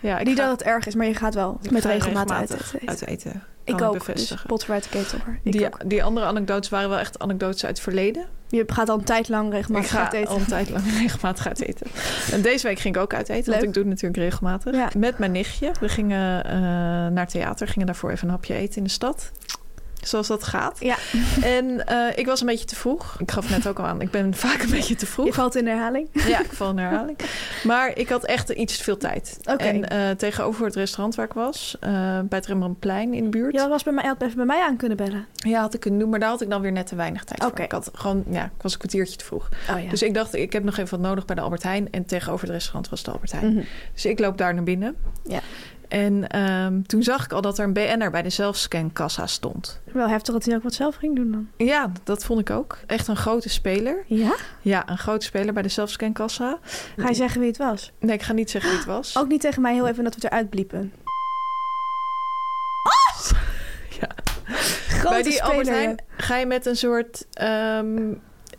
ja, ik
Niet
ga-
dat het erg is, maar je gaat wel
ik
met
ga
regelmaat uit
regelmatig
eten.
uit eten.
ik
het
ook, dus
bevestigen.
pot vooruit de ketel. hoor. Ik
Die,
ook.
die andere anekdotes waren wel echt anekdotes uit het verleden.
Je gaat al een tijd lang
Maar ik
regelmatig
ga
uit eten.
al een tijd lang regelmatig uit eten. En deze week ging ik ook uit eten, want
Leuk.
ik doe het natuurlijk regelmatig.
Ja.
Met mijn nichtje. We gingen eh, naar theater, gingen daarvoor even een hapje eten in de stad. Zoals dat gaat.
Ja.
En eh, ik was een beetje te vroeg. Ik gaf net ook al aan, ik ben vaak een beetje te vroeg.
Je valt in herhaling.
Ja, ik val in herhaling. Maar ik had echt iets te veel tijd.
Oké.
En eh, tegenover het restaurant waar ik was, eh, bij het Rembrandtplein in de buurt.
Je was bij mij, je had even bij mij aan kunnen bellen.
Ja, had ik kunnen doen, maar daar had ik dan weer net te weinig tijd
Oké.
voor. Ik, had gewoon, ja, ik was een kwartiertje te vroeg.
Oh ja.
Dus ik dacht, ik heb nog even wat nodig bij de Albert Heijn. En tegenover het restaurant was de Albert Heijn.
Mhm.
Dus ik loop daar naar binnen.
Ja.
En ehm, toen zag ik al dat er een BN'er bij de zelfscankassa stond.
Wel heftig dat hij ook wat zelf ging doen dan.
Ja, dat vond ik ook. Echt een grote speler.
Ja?
Ja, een grote speler bij de zelfscankassa.
Ga je zeggen wie het was?
Nee, ik ga niet zeggen wie het was.
Ook niet tegen mij heel even dat we het eruit bliepen.
Ja.
Grote
bij die Albert
speler,
Heijn ga je met een soort... ehm,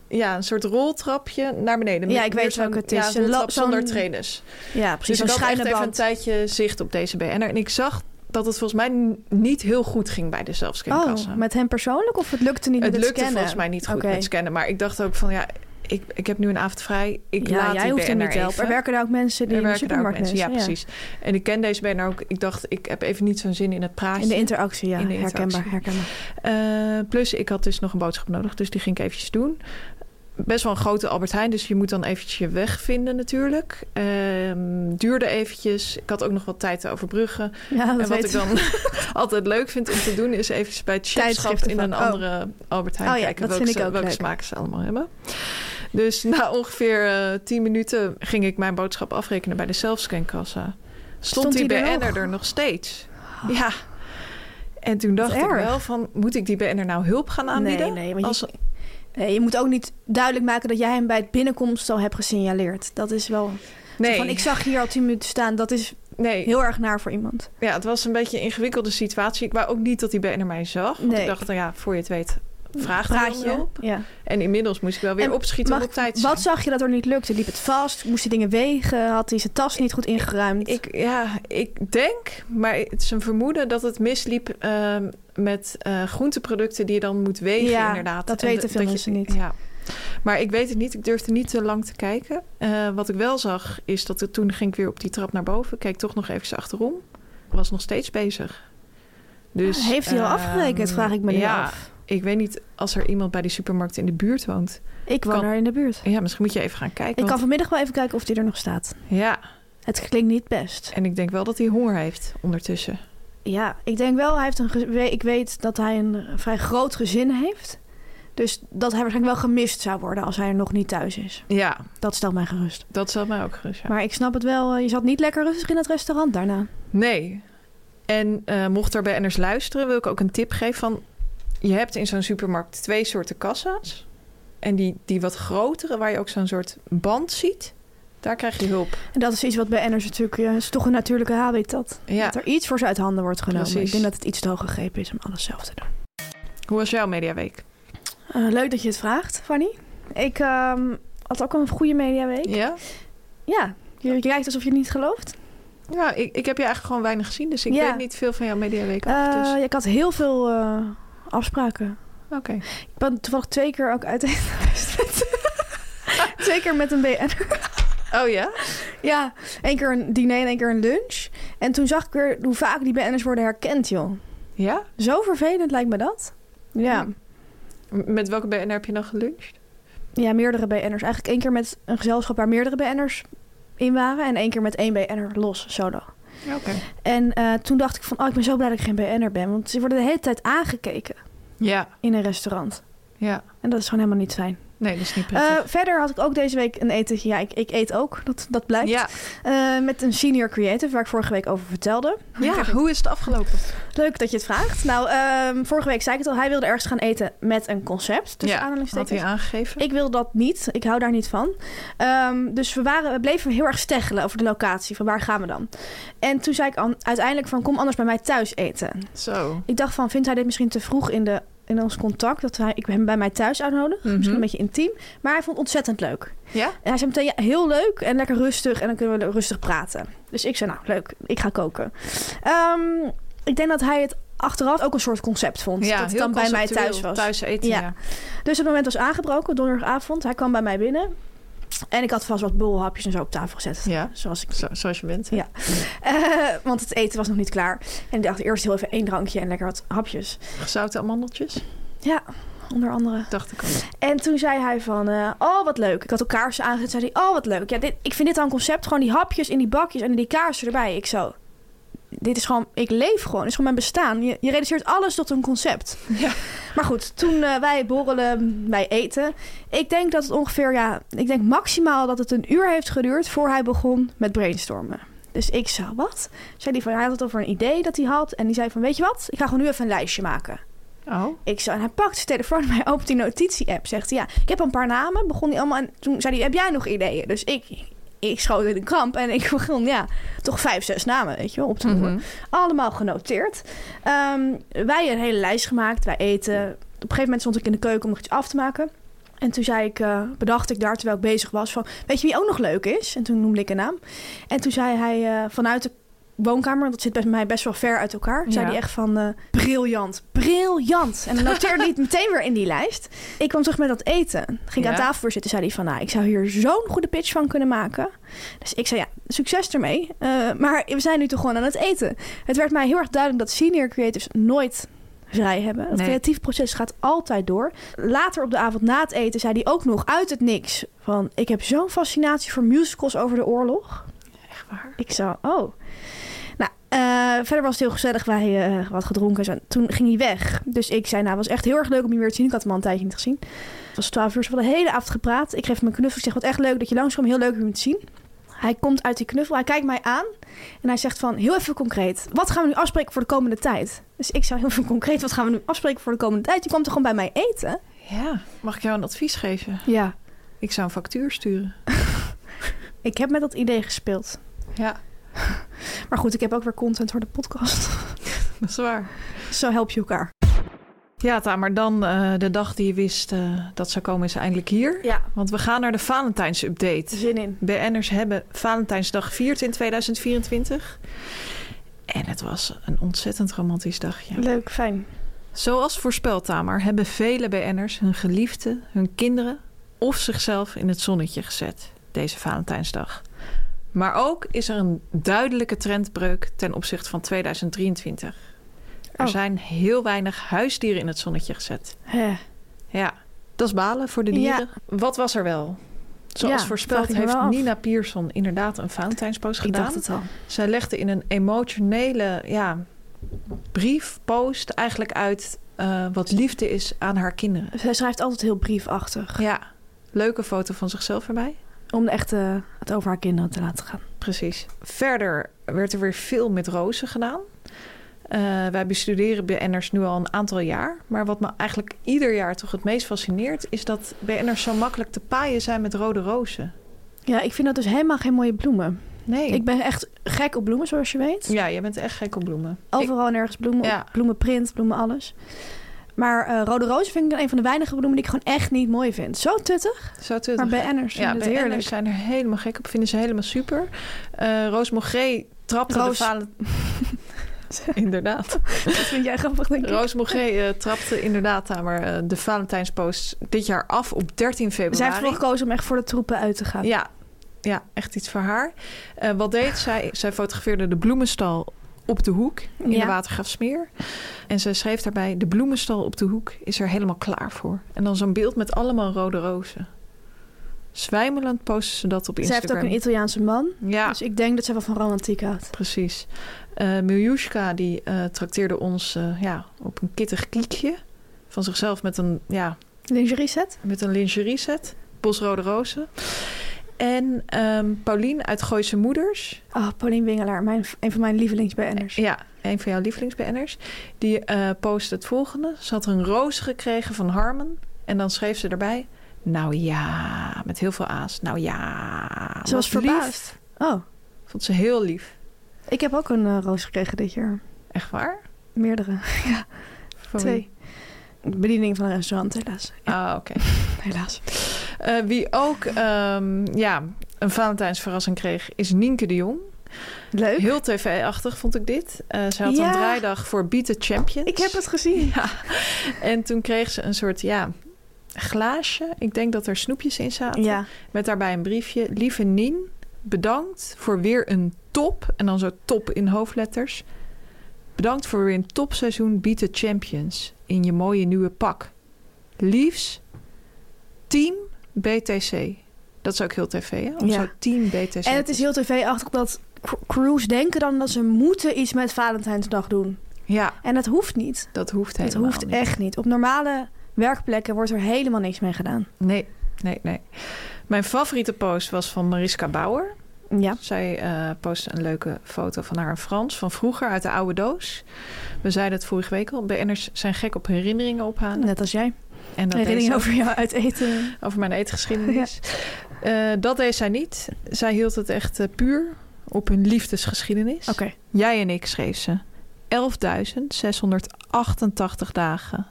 ja, een soort roltrapje naar beneden.
Ja, ik
Weer
weet
zo'n-
welke het
ja,
is.
een
Een lo-
roltrap zonder
zo'n-
trainers.
Ja, precies.
dus
een
ik had echt
schuine
even een
band.
tijdje zicht op deze BN'er. En ik zag dat het volgens mij n- niet heel goed ging bij de zelfscankassa.
Oh, met hem persoonlijk of het lukte niet
het
met
lukte
het scannen?
volgens mij niet goed
Oké.
met scannen. Maar ik dacht ook van ja, ik, ik heb nu een avond vrij. Ik
ja,
laat
jij
die
hoeft hem
BN'er
niet te helpen. Er
even.
werken daar ook mensen die
Er
in de
werken daar ook
supermarkt
mensen. Ja,
mensen,
precies. En ik ken deze BN'er ook. Ik dacht, ik heb even niet zo'n zin in het praatje.
In de interactie, ja.
In de
herkenbaar,
interactie.
herkenbaar.
Eh, plus, ik had dus nog een boodschap nodig, dus die ging ik eventjes doen. Best wel een grote Albert Heijn, dus je moet dan eventjes je weg vinden natuurlijk. Ehm, duurde eventjes. Ik had ook nog wat tijd te overbruggen.
Ja, dat
en wat
Oh, weet
ik dan altijd leuk vind om te doen... is eventjes bij het chipschap
Tijdschriften
in
van-
een
oh.
andere Albert Heijn
Oh ja,
kijken...
dat
welke,
vind
ze-
ik ook
welke
leuk.
smaken ze allemaal hebben. Dus na ongeveer eh, 10 minuten ging ik mijn boodschap afrekenen bij de zelfscankassa. Stond,
Stond
die
die er
BN'er
nog? Oh.
er nog steeds? Ja. En toen dacht
Wat
ik
erg.
wel van, moet ik die BN'er nou hulp gaan aanbieden?
Nee, nee, want je-
Als,
Nee, je moet ook niet duidelijk maken dat jij hem bij het binnenkomst al hebt gesignaleerd. Dat is wel...
nee,
Van, ik zag je hier al tien minuten staan. Dat is
nee.
heel erg naar voor iemand.
Ja, het was een beetje een ingewikkelde situatie. Ik wou ook niet dat die BN'er mij zag. Want
Nee.
ik dacht, nou ja, voor je het weet, vraag hij
Praat
om
je?
hulp.
Ja.
En inmiddels moest ik wel weer
En
opschieten om
mag
op
ik-
tijd te
Wat zag je dat er niet lukte? Liep het vast? Moest hij dingen wegen? Had hij zijn tas niet goed ingeruimd?
Ik, ja, ik denk, maar het is een vermoeden dat het misliep ehm, met eh, groenteproducten die je dan moet wegen,
Ja,
inderdaad.
dat
En
weten veel
je-
mensen niet.
Ja. Maar ik weet het niet, ik durfde niet te lang te kijken. Eh, wat ik wel zag, is dat het, toen ging ik weer op die trap naar boven, keek toch nog even achterom, was nog steeds bezig. Dus,
Ah, Heeft hij al
ehm,
afgerekend, vraag ik me nu
ja,
af.
Ik weet niet, als er iemand bij die supermarkt in de buurt woont.
Ik woon
kan-
daar in de buurt.
Ja, misschien moet je even gaan kijken.
Ik kan
want-
vanmiddag wel even kijken of die er nog staat.
Ja,
Het klinkt niet best.
en ik denk wel dat hij honger heeft ondertussen.
Ja, ik denk wel, hij heeft een ge- we- ik weet dat hij een vrij groot gezin heeft. Dus dat hij waarschijnlijk wel gemist zou worden als hij er nog niet thuis is.
Ja,
Dat stelt mij gerust.
Dat stelt mij ook gerust. ja.
Maar ik snap het wel, eh, je zat niet lekker rustig in het restaurant daarna.
Nee. En eh, mocht er BN'ers luisteren, wil ik ook een tip geven van... Je hebt in zo'n supermarkt twee soorten kassa's. En die, die wat grotere, waar je ook zo'n soort band ziet... Daar krijg je hulp.
En dat is iets wat bij Enners natuurlijk eh, is toch een natuurlijke habitat.
Ja.
Dat er iets voor ze uit handen wordt genomen.
Precies.
Ik denk dat het iets te hoog gegrepen is om alles zelf te doen.
Hoe was jouw mediaweek?
Eh, leuk dat je het vraagt, Fanny. Ik ehm, had ook een goede mediaweek.
Ja?
Ja, je, je kijkt alsof je het niet gelooft.
Ja, ik, ik heb je eigenlijk gewoon weinig gezien. Dus ik
Ja.
weet niet veel van jouw mediaweek af.
Eh,
Dus,
ik had heel veel eh, afspraken.
oké.
Ik ben toevallig twee keer ook uit eten geweest.
zitten.
Twee keer met een BN'er.
Oh ja?
Ja, één keer een diner en één keer een lunch. En toen zag ik weer hoe vaak die BN'ers worden herkend, joh.
Ja?
Zo vervelend lijkt me dat. Ja,
M- Met welke BNR heb je dan geluncht?
ja meerdere BN'ers. Eigenlijk één keer met een gezelschap waar meerdere BN'ers in waren. En één keer met één BN'er los, solo.
Oké.
En eh, toen dacht ik van, oh, ik ben zo blij dat ik geen BN'er ben. Want ze worden de hele tijd aangekeken
Ja,
in een restaurant.
ja.
En dat is gewoon helemaal niet fijn.
Nee, dat is niet
Eh,
prettig.
verder had ik ook deze week een etentje. Ja, ik, ik eet ook, dat, dat blijkt.
ja,
Eh, met een senior creative, waar ik vorige week over vertelde.
ja hoe is het afgelopen?
Leuk dat je het vraagt. Nou, ehm, vorige week zei ik het al. Hij wilde ergens gaan eten met een concept. Dus
ja, had hij aangegeven?
Ik wil dat niet. Ik hou daar niet van. Ehm, dus we, waren, we bleven heel erg steggelen over de locatie. Van waar gaan we dan? En toen zei ik an- uiteindelijk van kom anders bij mij thuis eten.
Zo.
Ik dacht van vindt hij dit misschien te vroeg in, de, in ons contact? Dat hij, ik hem bij mij thuis uitnodig. Misschien een beetje intiem. Maar hij vond het ontzettend leuk.
Mhm. Ja?
En hij zei meteen, ja, heel leuk en lekker rustig. En dan kunnen we rustig praten. Dus ik zei, nou, leuk. Ik ga koken. Ehm, ik denk dat hij het achteraf ook een soort concept vond.
ja,
dat het
heel
dan bij mij
conceptueel.
thuis was.
Thuis eten,
Ja.
ja.
Dus het moment was aangebroken, donderdagavond. Hij kwam bij mij binnen. En ik had vast wat bolhapjes en zo op tafel gezet.
Ja.
Zoals ik...
Zo- zoals je bent. hè?
Ja. Eh, want het eten was nog niet klaar. En ik dacht eerst heel even één drankje en lekker wat hapjes.
Gezouten amandeltjes,
Ja, onder andere.
dacht ik al.
En toen zei hij van, eh, oh wat leuk. Ik had ook kaarsen aangezet. Zei hij, oh wat leuk. Ja, dit, ik vind dit al een concept. Gewoon die hapjes in die bakjes en die kaarsen erbij. Ik zo, dit is gewoon, ik leef gewoon. Dit is gewoon mijn bestaan. Je, je reduceert alles tot een concept.
Ja.
Maar goed, toen eh, wij borrelen, wij eten. Ik denk dat het ongeveer, ja, ik denk maximaal dat het een uur heeft geduurd voor hij begon met brainstormen. Dus ik zo, wat? Zei hij van, hij had het over een idee dat hij had. En die zei van, weet je wat? Ik ga gewoon nu even een lijstje maken.
Oh,
Ik zo, en hij pakt zijn telefoon bij opent die notitie-app. Zegt hij, ja, ik heb een paar namen. Begon hij allemaal en toen zei hij, heb jij nog ideeën? Dus ik, ik schoot in de kramp en ik begon, ja, toch vijf, zes namen, weet je wel, op te noemen. Allemaal genoteerd. Ehm, wij een hele lijst gemaakt, wij eten. Op een gegeven moment stond ik in de keuken om nog iets af te maken. En toen zei ik, eh, bedacht ik daar terwijl ik bezig was van, weet je wie ook nog leuk is? En toen noemde ik een naam. En toen zei hij eh, vanuit de woonkamer, want dat zit bij mij best wel ver uit elkaar, zei
Ja.
hij echt van, eh, briljant, briljant. En dan noteerde hij het meteen weer in die lijst. Ik kwam terug met dat eten. Ging
Ja.
aan tafel voor zitten, zei hij van, nou, ik zou hier zo'n goede pitch van kunnen maken. Dus ik zei, ja, succes ermee. Eh, maar we zijn nu toch gewoon aan het eten. Het werd mij heel erg duidelijk dat senior creatives nooit vrij hebben. Het
Nee.
creatief proces gaat altijd door. Later op de avond na het eten zei hij ook nog uit het niks van... ik heb zo'n fascinatie voor musicals over de oorlog.
echt waar.
Ik zou, oh. Nou, eh, verder was het heel gezellig. Wij eh, wat gedronken. en Zo. Toen ging hij weg. Dus ik zei, nou, het was echt heel erg leuk om je weer te zien. Ik had hem al een tijdje niet gezien. Het was 12 uur. Ze hadden de hele avond gepraat. Ik geef hem een knuffel. Ik zeg, wat echt leuk dat je langskwam. Heel leuk om je te zien. Hij komt uit die knuffel. Hij kijkt mij aan. En hij zegt van, heel even concreet. Wat gaan we nu afspreken voor de komende tijd? Dus ik zou heel even concreet, wat gaan we nu afspreken voor de komende tijd? Je kwam toch gewoon bij mij eten?
Ja. Mag ik jou een advies geven?
Ja.
Ik zou een factuur sturen.
Ik heb met dat idee gespeeld.
Ja,
Maar goed, ik heb ook weer content voor de podcast.
dat is waar.
Zo help je elkaar.
Ja, Tamer, dan eh, de dag die je wist eh, dat zou komen is eindelijk hier.
Ja,
Want we gaan naar de Valentijns-update.
zin in.
BN'ers hebben Valentijnsdag gevierd in 2024. En het was een ontzettend romantisch dagje.
Leuk, fijn.
Zoals voorspeld, Tamer, hebben vele BN'ers hun geliefden, hun kinderen of zichzelf in het zonnetje gezet deze Valentijnsdag. Maar ook is er een duidelijke trendbreuk ten opzichte van 2023. Er
Oh.
zijn heel weinig huisdieren in het zonnetje gezet. Ja, dat is balen voor de dieren. Wat was er wel? Zoals
Ja, vraag
voorspeld
ik me wel
heeft
af.
Nina Pierson inderdaad een Valentijnspost
Ik
gedaan.
dacht het al.
Zij legde in een emotionele ja, brief, post eigenlijk uit eh, wat liefde is aan haar kinderen.
Zij schrijft altijd heel briefachtig.
Ja, leuke foto van zichzelf erbij.
Om de echt eh, het over haar kinderen te laten gaan.
Precies. Verder werd er weer veel met rozen gedaan. Eh, wij bestuderen BN'ers nu al een aantal jaar. Maar wat me eigenlijk ieder jaar toch het meest fascineert... is dat BN'ers zo makkelijk te paaien zijn met rode rozen.
Ja, ik vind dat dus helemaal geen mooie bloemen.
Nee.
Ik ben echt gek op bloemen, zoals je weet.
Ja, jij bent echt gek op bloemen.
Overal en ergens bloemen.
Ja.
op, bloemenprint, bloemen alles. Maar eh, rode rozen vind ik dan een van de weinige bloemen die ik gewoon echt niet mooi vind. Zo tuttig,
Ik- Zo tuttig.
maar bij Enners vind
Ja,
ik het
BN'ers
heerlijk.
zijn er helemaal gek op. Vinden ze helemaal super. Eh Roos Mogré trapte
Roos.
de valen... Inderdaad.
Dat vind jij grappig, denk ik.
Roos Mogré eh, trapte inderdaad aan maar, eh, de Valentijnspost dit jaar af op 13 februari.
Zij heeft ervoor gekozen om echt voor de troepen uit te gaan.
Ja, ja echt iets voor haar. Eh, wat deed zij? Zij fotografeerde de bloemenstal op de hoek in
Ja.
de Watergraafsmeer. En zij schreef daarbij... de bloemenstal op de hoek is er helemaal klaar voor. En dan zo'n beeld met allemaal rode rozen. Zwijmelend postte ze dat op
Zij heeft ook
Instagram.
een Italiaanse man.
ja,
Dus ik denk dat zij wel van romantiek houdt.
precies. Eh Miljushka die eh trakteerde ons eh, ja, op een kittig kiekje... van zichzelf met een ja,
Lingerie set?
met een lingerie set. Bosrode rozen. En ehm Paulien uit Gooise Moeders.
Oh, Pauline Wingelaar, mijn, een van mijn lievelingsbanners.
Ja, een van jouw lievelingsbanners. Die eh postte het volgende. Ze had een roos gekregen van Harmon. En dan schreef ze erbij... Nou ja, met heel veel a's. Nou ja.
Ze was
wat lief.
verbaasd. Oh,
Vond ze heel lief.
ik heb ook een eh, roos gekregen dit jaar.
Echt waar?
Meerdere.
Van
Twee. Bediening van een restaurant, helaas.
wie?
Ja,
Ah, oké.
helaas.
Eh, wie ook ehm, ja, een Valentijnsverrassing kreeg, is Nienke de Jong.
Leuk.
Heel tv-achtig vond ik dit. Eh ze had
Ja.
een draaidag voor Beat the Champions.
Ik heb het gezien.
En toen kreeg ze een soort ja, glaasje. Ik denk dat er snoepjes in zaten.
Ja.
Met daarbij een briefje. Lieve Nien, bedankt voor weer een top. En dan zo top in hoofdletters. Bedankt voor weer een topseizoen Beat the Champions. In je mooie nieuwe pak. Liefs, Team BTC. Dat is ook heel tv, hè? Om
Ja.
zo Team BTC.
En het is heel tv-achtig dat cr- crews denken dan dat ze moeten iets met Valentijnsdag doen.
Ja,
En dat hoeft niet.
dat hoeft
Het
helemaal
hoeft
niet.
echt niet. Op normale werkplekken wordt er helemaal niks mee gedaan.
Nee, nee, nee. Mijn favoriete post was van Mariska Bauer.
Ja.
Zij eh, postte een leuke foto van haar en Frans van vroeger uit de oude doos. We zeiden het vorige week al. BN'ers zijn gek op herinneringen ophalen.
Net als jij.
En dat deed
Herinnering
ze
over jou uit eten.
over mijn eetgeschiedenis. Eh, dat deed zij niet. Zij hield het echt eh, puur op hun liefdesgeschiedenis.
Oké.
Jij en ik, schreef ze. 11.688 dagen.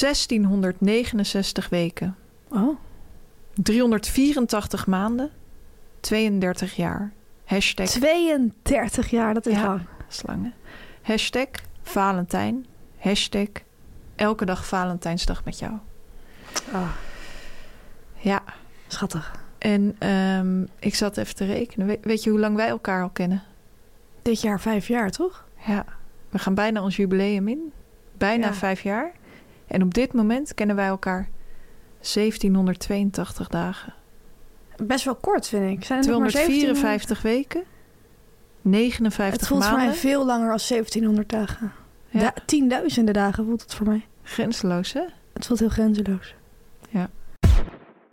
1669 weken.
Oh.
384 maanden, 32 jaar. Hashtag
32 jaar, dat is
Ja.
lang.
slangen. Hashtag Valentijn. Hashtag elke dag Valentijnsdag met jou.
Oh,
Ah. Ja,
schattig.
en ehm, ik zat even te rekenen. We- weet je hoe lang wij elkaar al kennen?
Dit jaar vijf jaar, toch?
Ja, we gaan bijna ons jubileum in. Bijna
Ja.
vijf jaar. En op dit moment kennen wij elkaar 1782 dagen.
Best wel kort, vind ik. Zijn er nog maar 1700?
254 weken. 59
Het voelt
maanden.
voor mij veel langer als 1700 dagen.
Ja.
Da- tienduizenden dagen voelt het voor mij.
Grenzeloos, hè?
Het voelt heel grenzeloos.
Ja.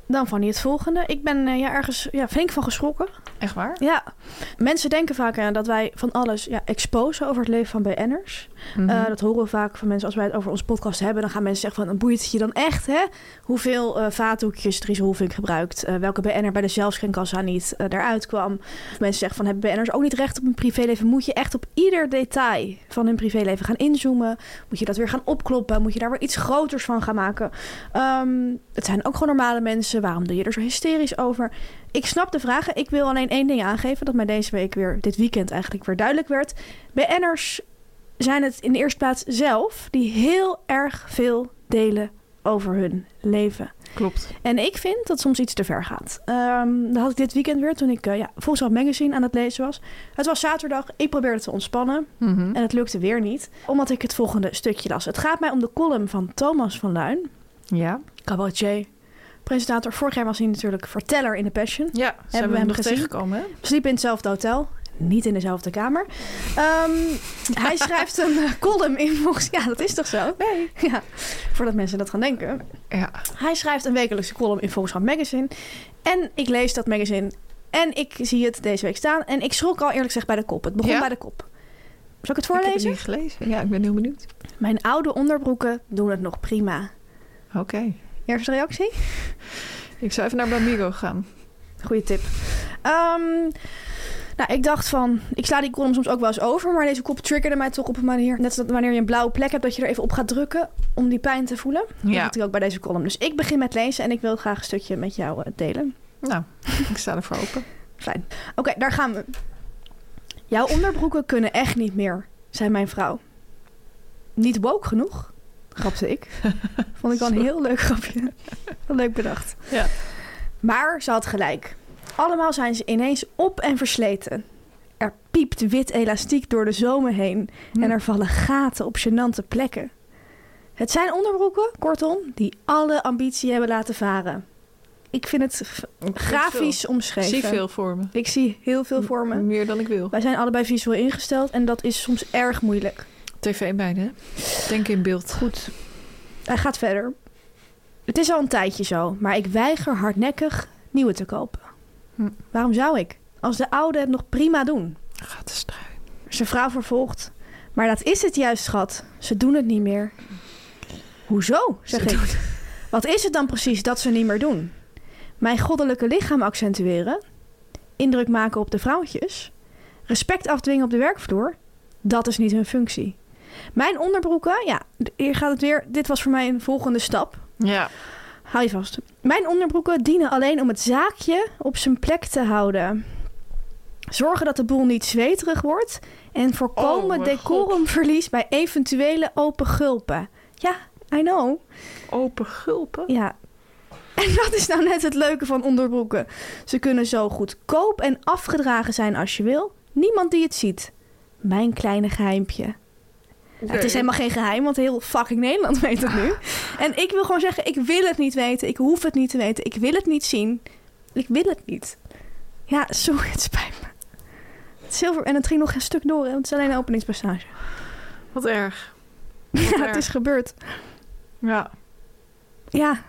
Dan van het volgende. Ik ben eh, ja, ergens ja, flink van geschrokken.
Echt waar?
Ja, mensen denken vaak eh, dat wij van alles ja, exposen over het leven van BN'ers. Eh,
Mhm.
dat horen we vaak van mensen als wij het over onze podcast hebben. Dan gaan mensen zeggen van, "Nou, boeit het je dan echt? Hè? Hoeveel eh, vaatdoekjes Dries Roelvink gebruikt? eh, welke BN'er bij de zelfschenkassa niet eh eruit kwam? Of mensen zeggen van, hebben BN'ers ook niet recht op een privéleven? Moet je echt op ieder detail van hun privéleven gaan inzoomen? Moet je dat weer gaan opkloppen? Moet je daar weer iets groters van gaan maken? Ehm, het zijn ook gewoon normale mensen. Waarom doe je er zo hysterisch over? Ik snap de vragen. Ik wil alleen één ding aangeven. Dat mij deze week weer, dit weekend eigenlijk weer duidelijk werd. BN'ers zijn het in de eerste plaats zelf die heel erg veel delen over hun leven.
Klopt.
En ik vind dat soms iets te ver gaat. Ehm dat had ik dit weekend weer toen ik eh ja, Volkswagen Magazine aan het lezen was. Het was zaterdag. Ik probeerde te ontspannen.
Mhm.
En het lukte weer niet, omdat ik het volgende stukje las. Het gaat mij om de column van Thomas van Luin,
Ja.
cabaretier. Presentator, vorig jaar was hij natuurlijk verteller in The Passion.
Ja,
we
zijn we
hem
hem nog
gezien?
tegengekomen, hè?
Sliep in hetzelfde hotel, niet in dezelfde kamer. Ehm, hij schrijft een eh, column in volgens... Ja, dat is toch zo? Nee. Ja, voordat mensen dat gaan denken.
Ja.
Hij schrijft een wekelijkse column in Volkskrant Magazine. En ik lees dat magazine. En ik zie het deze week staan. En ik schrok al eerlijk gezegd bij de kop. Het begon
Ja?
bij de kop.
Ik heb
Zal ik het
het
voorlezen?
niet gelezen. Ja, ik ben heel benieuwd.
Mijn oude onderbroeken doen het nog prima.
Oké.
Eerste reactie?
Ik zou even naar Bamigo gaan.
Goeie tip. Ehm, nou, ik dacht van, ik sla die column soms ook wel eens over, maar deze kop triggerde mij toch op een manier. Net als dat wanneer je een blauwe plek hebt, dat je er even op gaat drukken om die pijn te voelen. Dat had ik ook bij deze column. Dus ik begin met lezen en ik wil graag een stukje met jou eh, delen.
Nou, ik sta ervoor open.
Fijn. Oké, daar gaan we. Jouw onderbroeken kunnen echt niet meer. zei mijn vrouw. Niet woke genoeg, grapte ik. Vond ik wel een heel leuk grapje. Wel leuk bedacht.
Ja.
Maar ze had gelijk. Allemaal zijn ze ineens op en versleten. Er piept wit elastiek door de zomer heen en
Hm.
er vallen gaten op gênante plekken. Het zijn onderbroeken, kortom, die alle ambitie hebben laten varen. Ik vind het f- grafisch
Ik
omschreven.
zie veel voor me.
Ik zie heel veel voor me.
Meer dan ik wil.
Wij zijn allebei visueel ingesteld en dat is soms erg moeilijk.
TV bijna, hè? Denk in beeld.
Goed, hij gaat verder. Het is al een tijdje zo, maar ik weiger hardnekkig nieuwe te kopen.
Hm.
Waarom zou ik? Als de oude het nog prima doen.
Gaat de strui.
Zijn vrouw vervolgt. Maar dat is het juist, schat. Ze doen het niet meer. Hoezo? zeg ik. Wat is het dan precies dat ze niet meer doen? Mijn goddelijke lichaam accentueren? Indruk maken op de vrouwtjes? Respect afdwingen op de werkvloer? Dat is niet hun functie. Mijn onderbroeken, ja, d- hier gaat het weer. Dit was voor mij een volgende stap.
Ja.
Hou je vast. Mijn onderbroeken dienen alleen om het zaakje op zijn plek te houden. Zorgen dat de boel niet zweterig wordt en voorkomen
Oh, mijn
decorumverlies bij eventuele open gulpen. Ja, I know.
Open gulpen.
Ja. En dat is nou net het leuke van onderbroeken. Ze kunnen zo goedkoop en afgedragen zijn als je wil. Niemand die het ziet. Mijn kleine geheimpje. Nou, het is helemaal geen geheim, want heel fucking Nederland weet het nu. En ik wil gewoon zeggen, ik wil het niet weten. Ik hoef het niet te weten. Ik wil het niet zien. Ik wil het niet. Ja, sorry, het spijt me. Het zilver, en het ging nog een stuk door, hè, want het is alleen een openingspassage.
Wat erg.
Ja,
erg.
het is gebeurd.
Ja.
Ja,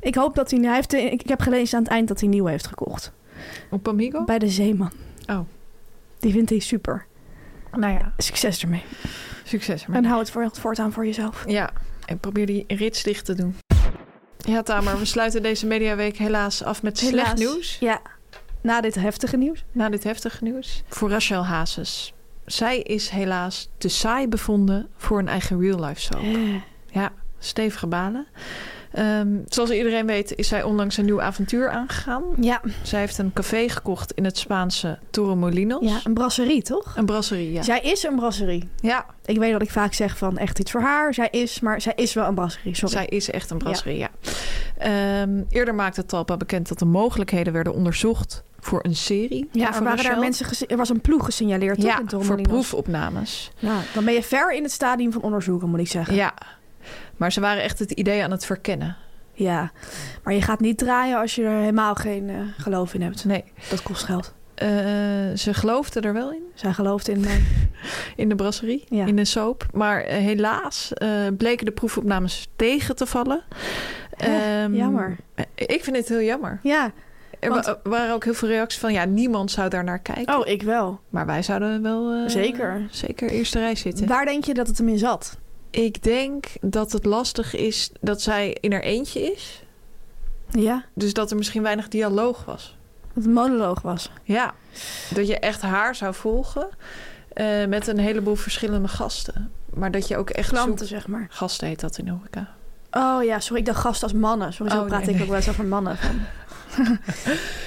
ik hoop dat hij. hij heeft, ik ik heb gelezen aan het eind dat hij nieuw heeft gekocht.
Op Amigo?
Bij de Zeeman.
Oh.
Die vindt hij super.
Nou ja.
Succes ermee.
Succes ermee.
En hou het voor, voortaan voor jezelf.
Ja, en probeer die rits dicht te doen. Ja, Tamer, we sluiten deze mediaweek helaas af met
Helaas.
slecht nieuws.
Ja. Na dit heftige nieuws.
Na dit heftige nieuws. Voor Rachel Hazes. Zij is helaas te saai bevonden voor een eigen real-life soap. Ja, stevige banen. Ehm, zoals iedereen weet is zij onlangs een nieuw avontuur aangegaan.
Ja.
Zij heeft een café gekocht in het Spaanse Torremolinos.
ja. Een brasserie, toch?
Een brasserie, ja.
Zij is een brasserie.
Ja,
Ik weet dat ik vaak zeg van echt iets voor haar. Zij is, maar zij is wel een brasserie. Sorry.
Zij is echt een brasserie, ja. Ehm, eerder maakte Talpa bekend dat de mogelijkheden werden onderzocht voor een serie. over
ja, er, waren daar
Rochelle.
mensen gesi- er was een ploeg gesignaleerd. toch,
Ja,
in
voor
Torremolinos?
proefopnames.
Nou, dan ben je ver in het stadium van onderzoeken, moet ik zeggen.
Ja. Maar ze waren echt het idee aan het verkennen.
Ja, maar je gaat niet draaien als je er helemaal geen eh, geloof in hebt.
Nee.
Dat kost geld.
Eh, ze geloofden er wel in,
Zij gelooft in eh, mij.
in de brasserie,
Ja.
in de soap. Maar eh, helaas eh, bleken de proefopnames tegen te vallen.
Hè,
Ehm,
jammer.
eh, Ik vind het heel jammer.
Ja.
Er
Want-
wa- waren ook heel veel reacties van... ja, niemand zou daar naar kijken.
Oh, ik wel.
Maar wij zouden wel... eh,
Zeker.
Zeker eerste rij zitten.
Waar denk je dat het hem in zat?
Ik denk dat het lastig is dat zij in haar eentje is.
Ja,
Dus dat er misschien weinig dialoog was.
dat het monoloog was.
Ja, dat je echt haar zou volgen eh, met een heleboel verschillende gasten. Maar dat je ook echt
Klanten,
zoekt...
zeg maar.
Gasten heet dat in de horeca.
Oh ja, sorry, ik dacht gast als mannen. Sorry, zo
Oh,
praat
nee,
ik
nee.
ook wel eens over mannen. Van.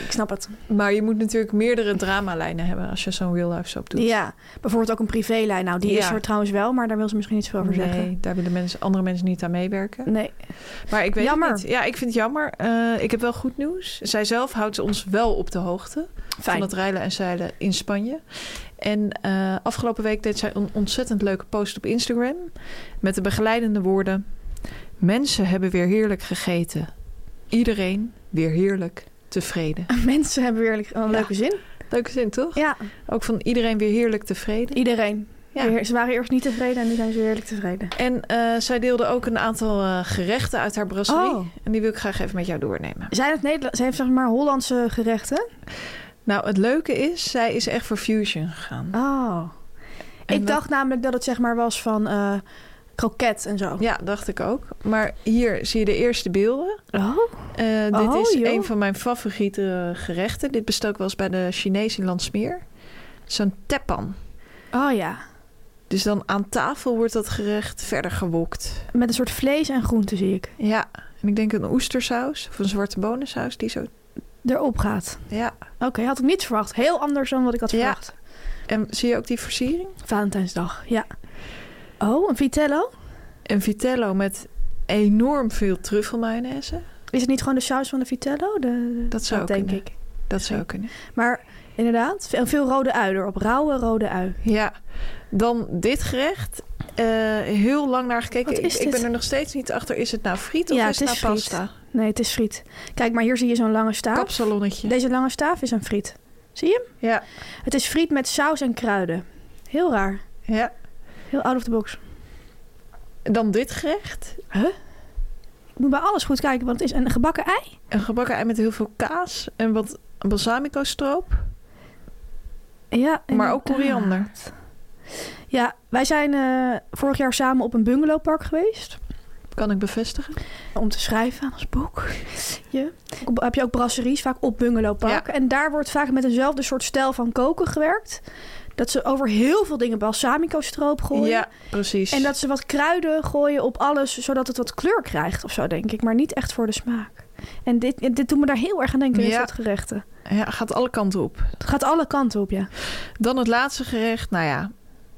ik snap het.
Maar je moet natuurlijk meerdere dramalijnen hebben als je zo'n real-life soap doet.
Ja, bijvoorbeeld ook een privélijn. Nou, die is
Ja.
er trouwens wel, maar daar wil ze misschien iets over zeggen.
Nee, daar willen mensen, andere mensen niet aan meewerken.
Nee.
Maar ik weet het
Jammer.
niet. Ja, ik vind het jammer. Eh, ik heb wel goed nieuws. Zij zelf houdt ons wel op de hoogte.
Fijn.
van het reilen en zeilen in Spanje. En eh, afgelopen week deed zij een ontzettend leuke post op Instagram met de begeleidende woorden: Mensen hebben weer heerlijk gegeten. Iedereen weer heerlijk tevreden.
Mensen hebben weer een leuke zin.
Leuke zin, toch?
Ja,
Ook van iedereen weer heerlijk tevreden.
iedereen.
Ja.
Weer- Ze waren eerst niet tevreden en nu zijn ze heerlijk tevreden.
En eh, zij deelde ook een aantal eh, gerechten uit haar brasserie.
Oh.
En die wil ik graag even met jou doornemen.
Zijn het Nederland? Ze heeft zeg maar Hollandse gerechten.
Nou, het leuke is, zij is echt voor fusion gegaan.
Oh.
En
ik
dat-
dacht namelijk dat het zeg maar was van eh, kroket en zo.
Ja, dacht ik ook. Maar hier zie je de eerste beelden.
Oh.
Eh, dit
Oh,
is
joh.
een van mijn favoriete gerechten. Dit bestel ik wel eens bij de Chinees in Landsmeer. Zo'n teppan.
Oh ja.
Dus dan aan tafel wordt dat gerecht verder gewokt.
Met een soort vlees en groente zie ik.
Ja, en ik denk een oestersaus of een zwarte bonensaus die zo...
Erop gaat.
Ja,
Oké, had ik niet verwacht. Heel anders dan wat ik had
Ja.
verwacht.
En zie je ook die versiering?
Valentijnsdag, ja. Oh, een vitello?
Een vitello met enorm veel truffelmayonaise.
Is het niet gewoon de saus van de vitello? De,
Dat zou
denk
kunnen.
ik.
Dat zou kunnen.
Maar inderdaad, veel, veel rode ui erop. Rauwe rode ui.
Ja, dan dit gerecht. Eh, heel lang naar gekeken.
Wat
Ik-
is
ik,
dit?
ben er nog steeds niet achter. Is het nou friet of
Ja,
is
het
het,
is
nou
friet.
pasta?
Nee, het is friet. Kijk, maar hier zie je zo'n lange staaf.
Kapsalonnetje.
Deze lange staaf is een friet. Zie je hem?
Ja,
Het is friet met saus en kruiden. Heel raar.
ja.
Heel out of the box.
Dan dit gerecht.
Ik moet bij alles goed kijken, want het is een gebakken ei.
Een gebakken ei met heel veel kaas en wat balsamico stroop.
Ja,
Maar ook
inderdaad.
koriander.
Ja, wij zijn eh, vorig jaar samen op een bungalowpark geweest.
Kan ik bevestigen.
om te schrijven aan ons boek. Je. Ook- Heb je ook brasseries, vaak op bungalowparken. En daar wordt vaak met eenzelfde soort stijl van koken gewerkt. Dat ze over heel veel dingen balsamico-stroop gooien.
Ja, precies.
En dat ze wat kruiden gooien op alles, zodat het wat kleur krijgt of zo, denk ik. Maar niet echt voor de smaak. En dit, en dit doet me daar heel erg aan denken, dit
Ja.
soort gerechten.
ja, gaat alle kanten op.
Het gaat alle kanten op, ja.
Dan het laatste gerecht. Nou ja,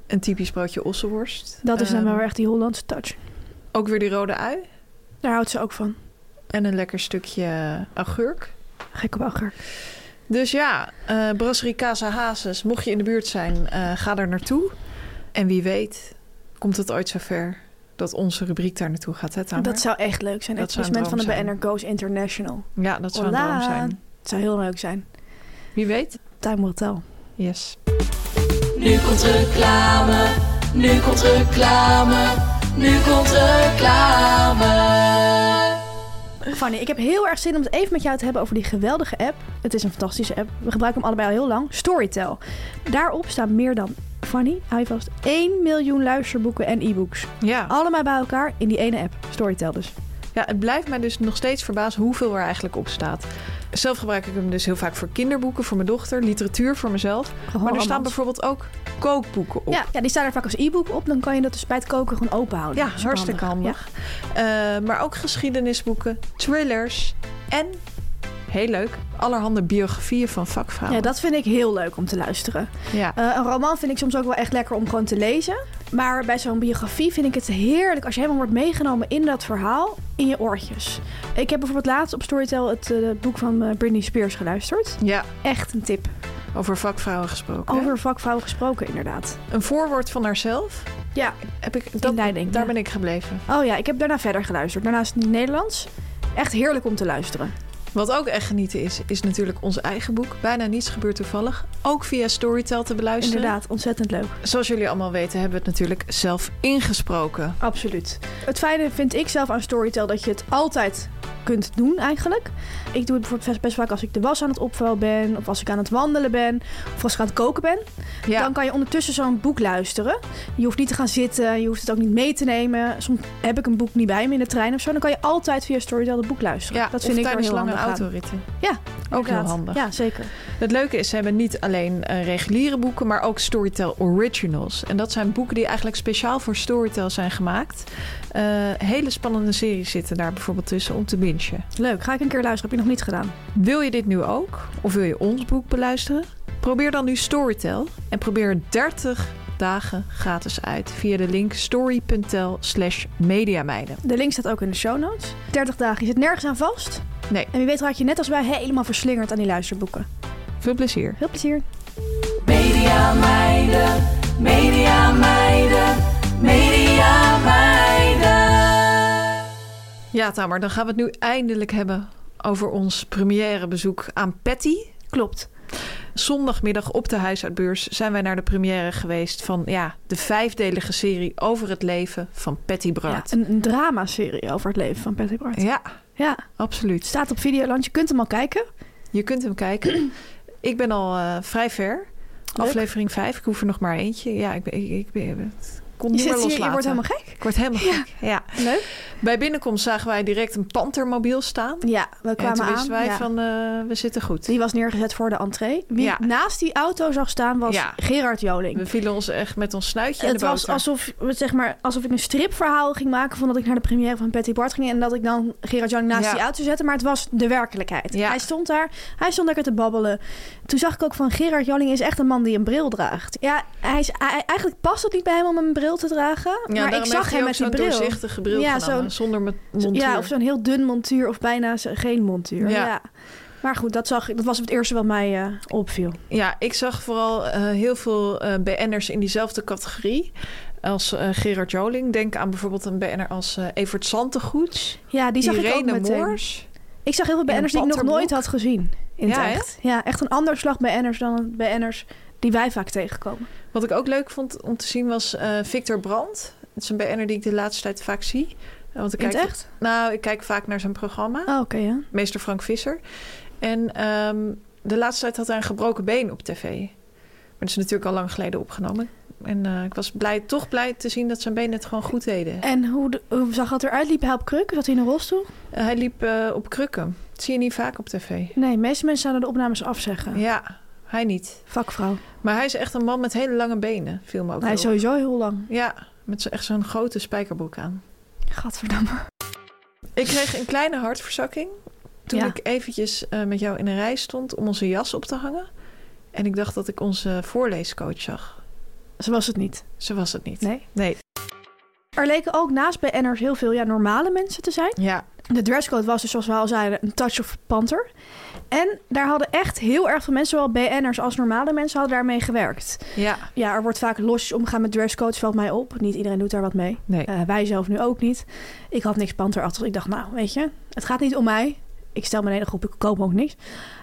een typisch broodje ossenworst.
Dat is
Ehm,
dan wel echt die Hollandse touch.
Ook weer die rode ui.
Daar houdt ze ook van.
En een lekker stukje augurk.
Gek op elkaar.
Dus ja, eh Brasserie Casa Hazes. Mocht je in de buurt zijn, eh, ga daar naartoe. En wie weet komt het ooit zover dat onze rubriek daar naartoe gaat. Hè, Tamer?
Dat zou echt leuk zijn.
Dat zou een
Experiment van de
droom zijn.
BNR Goes International.
Ja, dat zou een
Hola.
droom zijn.
Het zou heel leuk zijn.
Wie weet?
Time will tell.
Yes.
Nu komt reclame, nu komt reclame, nu komt reclame.
Fanny, ik heb heel erg zin om het even met jou te hebben over die geweldige app. Het is een fantastische app. We gebruiken hem allebei al heel lang. Storytel. Daarop staan meer dan, Fanny, hou je vast, 1 miljoen luisterboeken en e-books.
Ja.
Allemaal bij elkaar in die ene app. Storytel dus.
ja, het blijft mij dus nog steeds verbazen hoeveel er eigenlijk op staat. Zelf gebruik ik hem dus heel vaak voor kinderboeken, voor mijn dochter, literatuur voor mezelf. Maar er
Gewoon
staan
Oh, allemaal.
bijvoorbeeld ook kookboeken op.
Ja, ja, die staan er vaak als e-book op. Dan kan je dat dus bij het koken gewoon openhouden.
Ja,
Superhandig.
hartstikke handig. Eh, maar ook geschiedenisboeken, thrillers en, heel leuk, allerhande biografieën van
Ja.
vakvrouwen.
ja, dat vind ik heel leuk om te luisteren.
Ja.
Eh, een roman vind ik soms ook wel echt lekker om gewoon te lezen. Maar bij zo'n biografie vind ik het heerlijk als je helemaal wordt meegenomen in dat verhaal in je oortjes. Ik heb bijvoorbeeld laatst op Storytel het eh, boek van eh, Britney Spears geluisterd.
ja,
Echt een tip.
over vakvrouwen gesproken. hè?
Over vakvrouwen gesproken, inderdaad.
Een voorwoord van haarzelf.
Ja,
Heb ik, dat,
leiding,
daar
ja.
ben ik gebleven.
oh ja, ik heb daarna verder geluisterd. Daarnaast in het Nederlands. Echt heerlijk om te luisteren.
Wat ook echt genieten is, is natuurlijk ons eigen boek. Bijna niets gebeurt toevallig. Ook via Storytel te beluisteren.
Inderdaad, ontzettend leuk.
Zoals jullie allemaal weten, hebben we het natuurlijk zelf ingesproken.
Absoluut. Het fijne vind ik zelf aan Storytel dat je het altijd kunt doen eigenlijk. Ik doe het bijvoorbeeld best- best vaak als ik de was aan het opvouwen ben, of als ik aan het wandelen ben, of als ik aan het koken ben.
Ja,
Dan kan je ondertussen zo'n boek luisteren. Je hoeft niet te gaan zitten, je hoeft het ook niet mee te nemen. Soms heb ik een boek niet bij me in de trein of zo. Dan kan je altijd via Storytel het boek luisteren.
ja
dat
of
vind ik er
tijdens
heel
lange
handig aan.
autoritten.
Ja,
Ook heel
inderdaad.
handig.
Ja, zeker.
Het leuke is, ze hebben niet alleen eh, reguliere boeken, maar ook Storytel Originals. En dat zijn boeken die eigenlijk speciaal voor Storytel zijn gemaakt. Eh, hele spannende series zitten daar bijvoorbeeld tussen om te bingen.
Leuk. Ga ik een keer luisteren. Heb je nog niet gedaan?
Wil je dit nu ook? Of wil je ons boek beluisteren? Probeer dan nu Storytel en probeer 30 dagen gratis uit via de link story.tel slash mediameiden.
De link staat ook in de show notes. 30 dagen. Je zit nergens aan vast.
Nee.
En wie weet raak je net als wij helemaal verslingerd aan die luisterboeken.
Veel plezier.
Veel plezier.
Media meiden, media meiden, media meiden.
Ja Tamer, dan gaan we het nu eindelijk hebben over ons première bezoek aan Patty.
Klopt.
Zondagmiddag op de huisuitbeurs zijn wij naar de première geweest van ja, de vijfdelige serie over het leven van Patty
Ja,
Braat.
een, een dramaserie over het leven van Patty Bart.
Ja,
Ja.
absoluut.
het staat op Videoland. Je kunt hem al kijken.
Je kunt hem kijken. ik ben al eh, vrij ver. Aflevering 5. Ik hoef er nog maar eentje. Ja, ik, ben, ik, ik ben- het kon
Je,
niet meer
zit hier,
loslaten.
je wordt helemaal gek.
Ik word helemaal
Ja.
gek. Ja.
Leuk.
Bij binnenkomst zagen wij direct een pantermobiel staan.
Ja, we
en
kwamen
toen
aan.
wisten wij
ja.
van, eh, we zitten goed.
Die was neergezet voor de entree. Wie
Ja.
naast die auto zag staan was
Ja.
Gerard Joling.
We vielen ons echt met ons snuitje in
het
de
was
boter.
alsof, zeg maar, alsof ik een stripverhaal ging maken van dat ik naar de première van Patty Bart ging en dat ik dan Gerard Jan naast
Ja.
die auto zette. Maar het was de werkelijkheid.
Ja.
Hij stond daar, hij stond lekker te babbelen. Toen zag ik ook van Gerard Joling is echt een man die een bril draagt. Ja, hij is, hij- eigenlijk past het niet bij hem om een bril te dragen.
Ja,
maar ik
daarom
zag
heeft hij
hem
ook
met die
zo'n
bril.
doorzichtige bril
Ja,
ja, zonder met montuur.
Ja, of zo'n heel dun montuur of bijna zo- geen montuur. Ja.
Ja.
Maar goed, dat, zag, ik- dat was het eerste wat mij eh, opviel.
Ja, ik zag vooral eh, heel veel eh, BN'ers in diezelfde categorie als eh, Gerard Joling. Denk aan bijvoorbeeld een BN'er als eh, Evert Santegoeds.
Ja, die zag ik
Irene
ook meteen.
Moors.
Ik zag heel veel
In een
BN'ers die ik nog
panterbroek.
nooit had gezien. In
Ja,
het echt. Ja, echt een ander slag BN'ers dan BN'ers die wij vaak tegenkomen.
Wat ik ook leuk vond om te zien was eh, Victor Brandt. Dat is een BN'er die ik de laatste tijd vaak zie. Eh, Want ik
In
kijk,
het echt?
Nou, ik kijk vaak naar zijn programma.
Oh, oké, ja.
Meester Frank Visser. En ehm, de laatste tijd had hij een gebroken been op tv. Maar dat is natuurlijk al lang geleden opgenomen. En eh, ik was blij, toch blij te zien dat zijn been het gewoon goed deden.
En hoe, de- hoe zag dat eruit? Liep hij op kruk? Zat hij in een rolstoel?
Eh, hij liep eh, op krukken. Dat zie je niet vaak op tv.
Nee, de meeste mensen zouden de opnames afzeggen.
Ja, hij niet.
Vakvrouw.
Maar hij is echt een man met hele lange benen, viel me ook
Hij is
op.
sowieso heel lang.
Ja, met zo, echt zo'n grote spijkerbroek aan.
Gadverdamme.
Ik kreeg een kleine hartverzakking toen
Ja.
ik eventjes eh, met jou in een rij stond om onze jas op te hangen. En ik dacht dat ik onze voorleescoach zag.
Zo was het niet.
Zo was het niet.
Nee.
Nee.
Er leken ook naast BN'ers heel veel ja, normale mensen te zijn.
Ja,
De dresscode was dus, zoals we al zeiden, een touch of panter. En daar hadden echt heel erg veel mensen, zowel BN'ers als normale mensen, hadden daarmee gewerkt.
ja,
Ja, er wordt vaak losjes omgegaan met dresscodes, valt mij op. Niet iedereen doet daar wat mee.
nee.
Eh, wij zelf nu ook niet. Ik had niks panterachtig. Ik dacht, nou, weet je, het gaat niet om mij. Ik stel mijn hele groep, ik koop ook niks.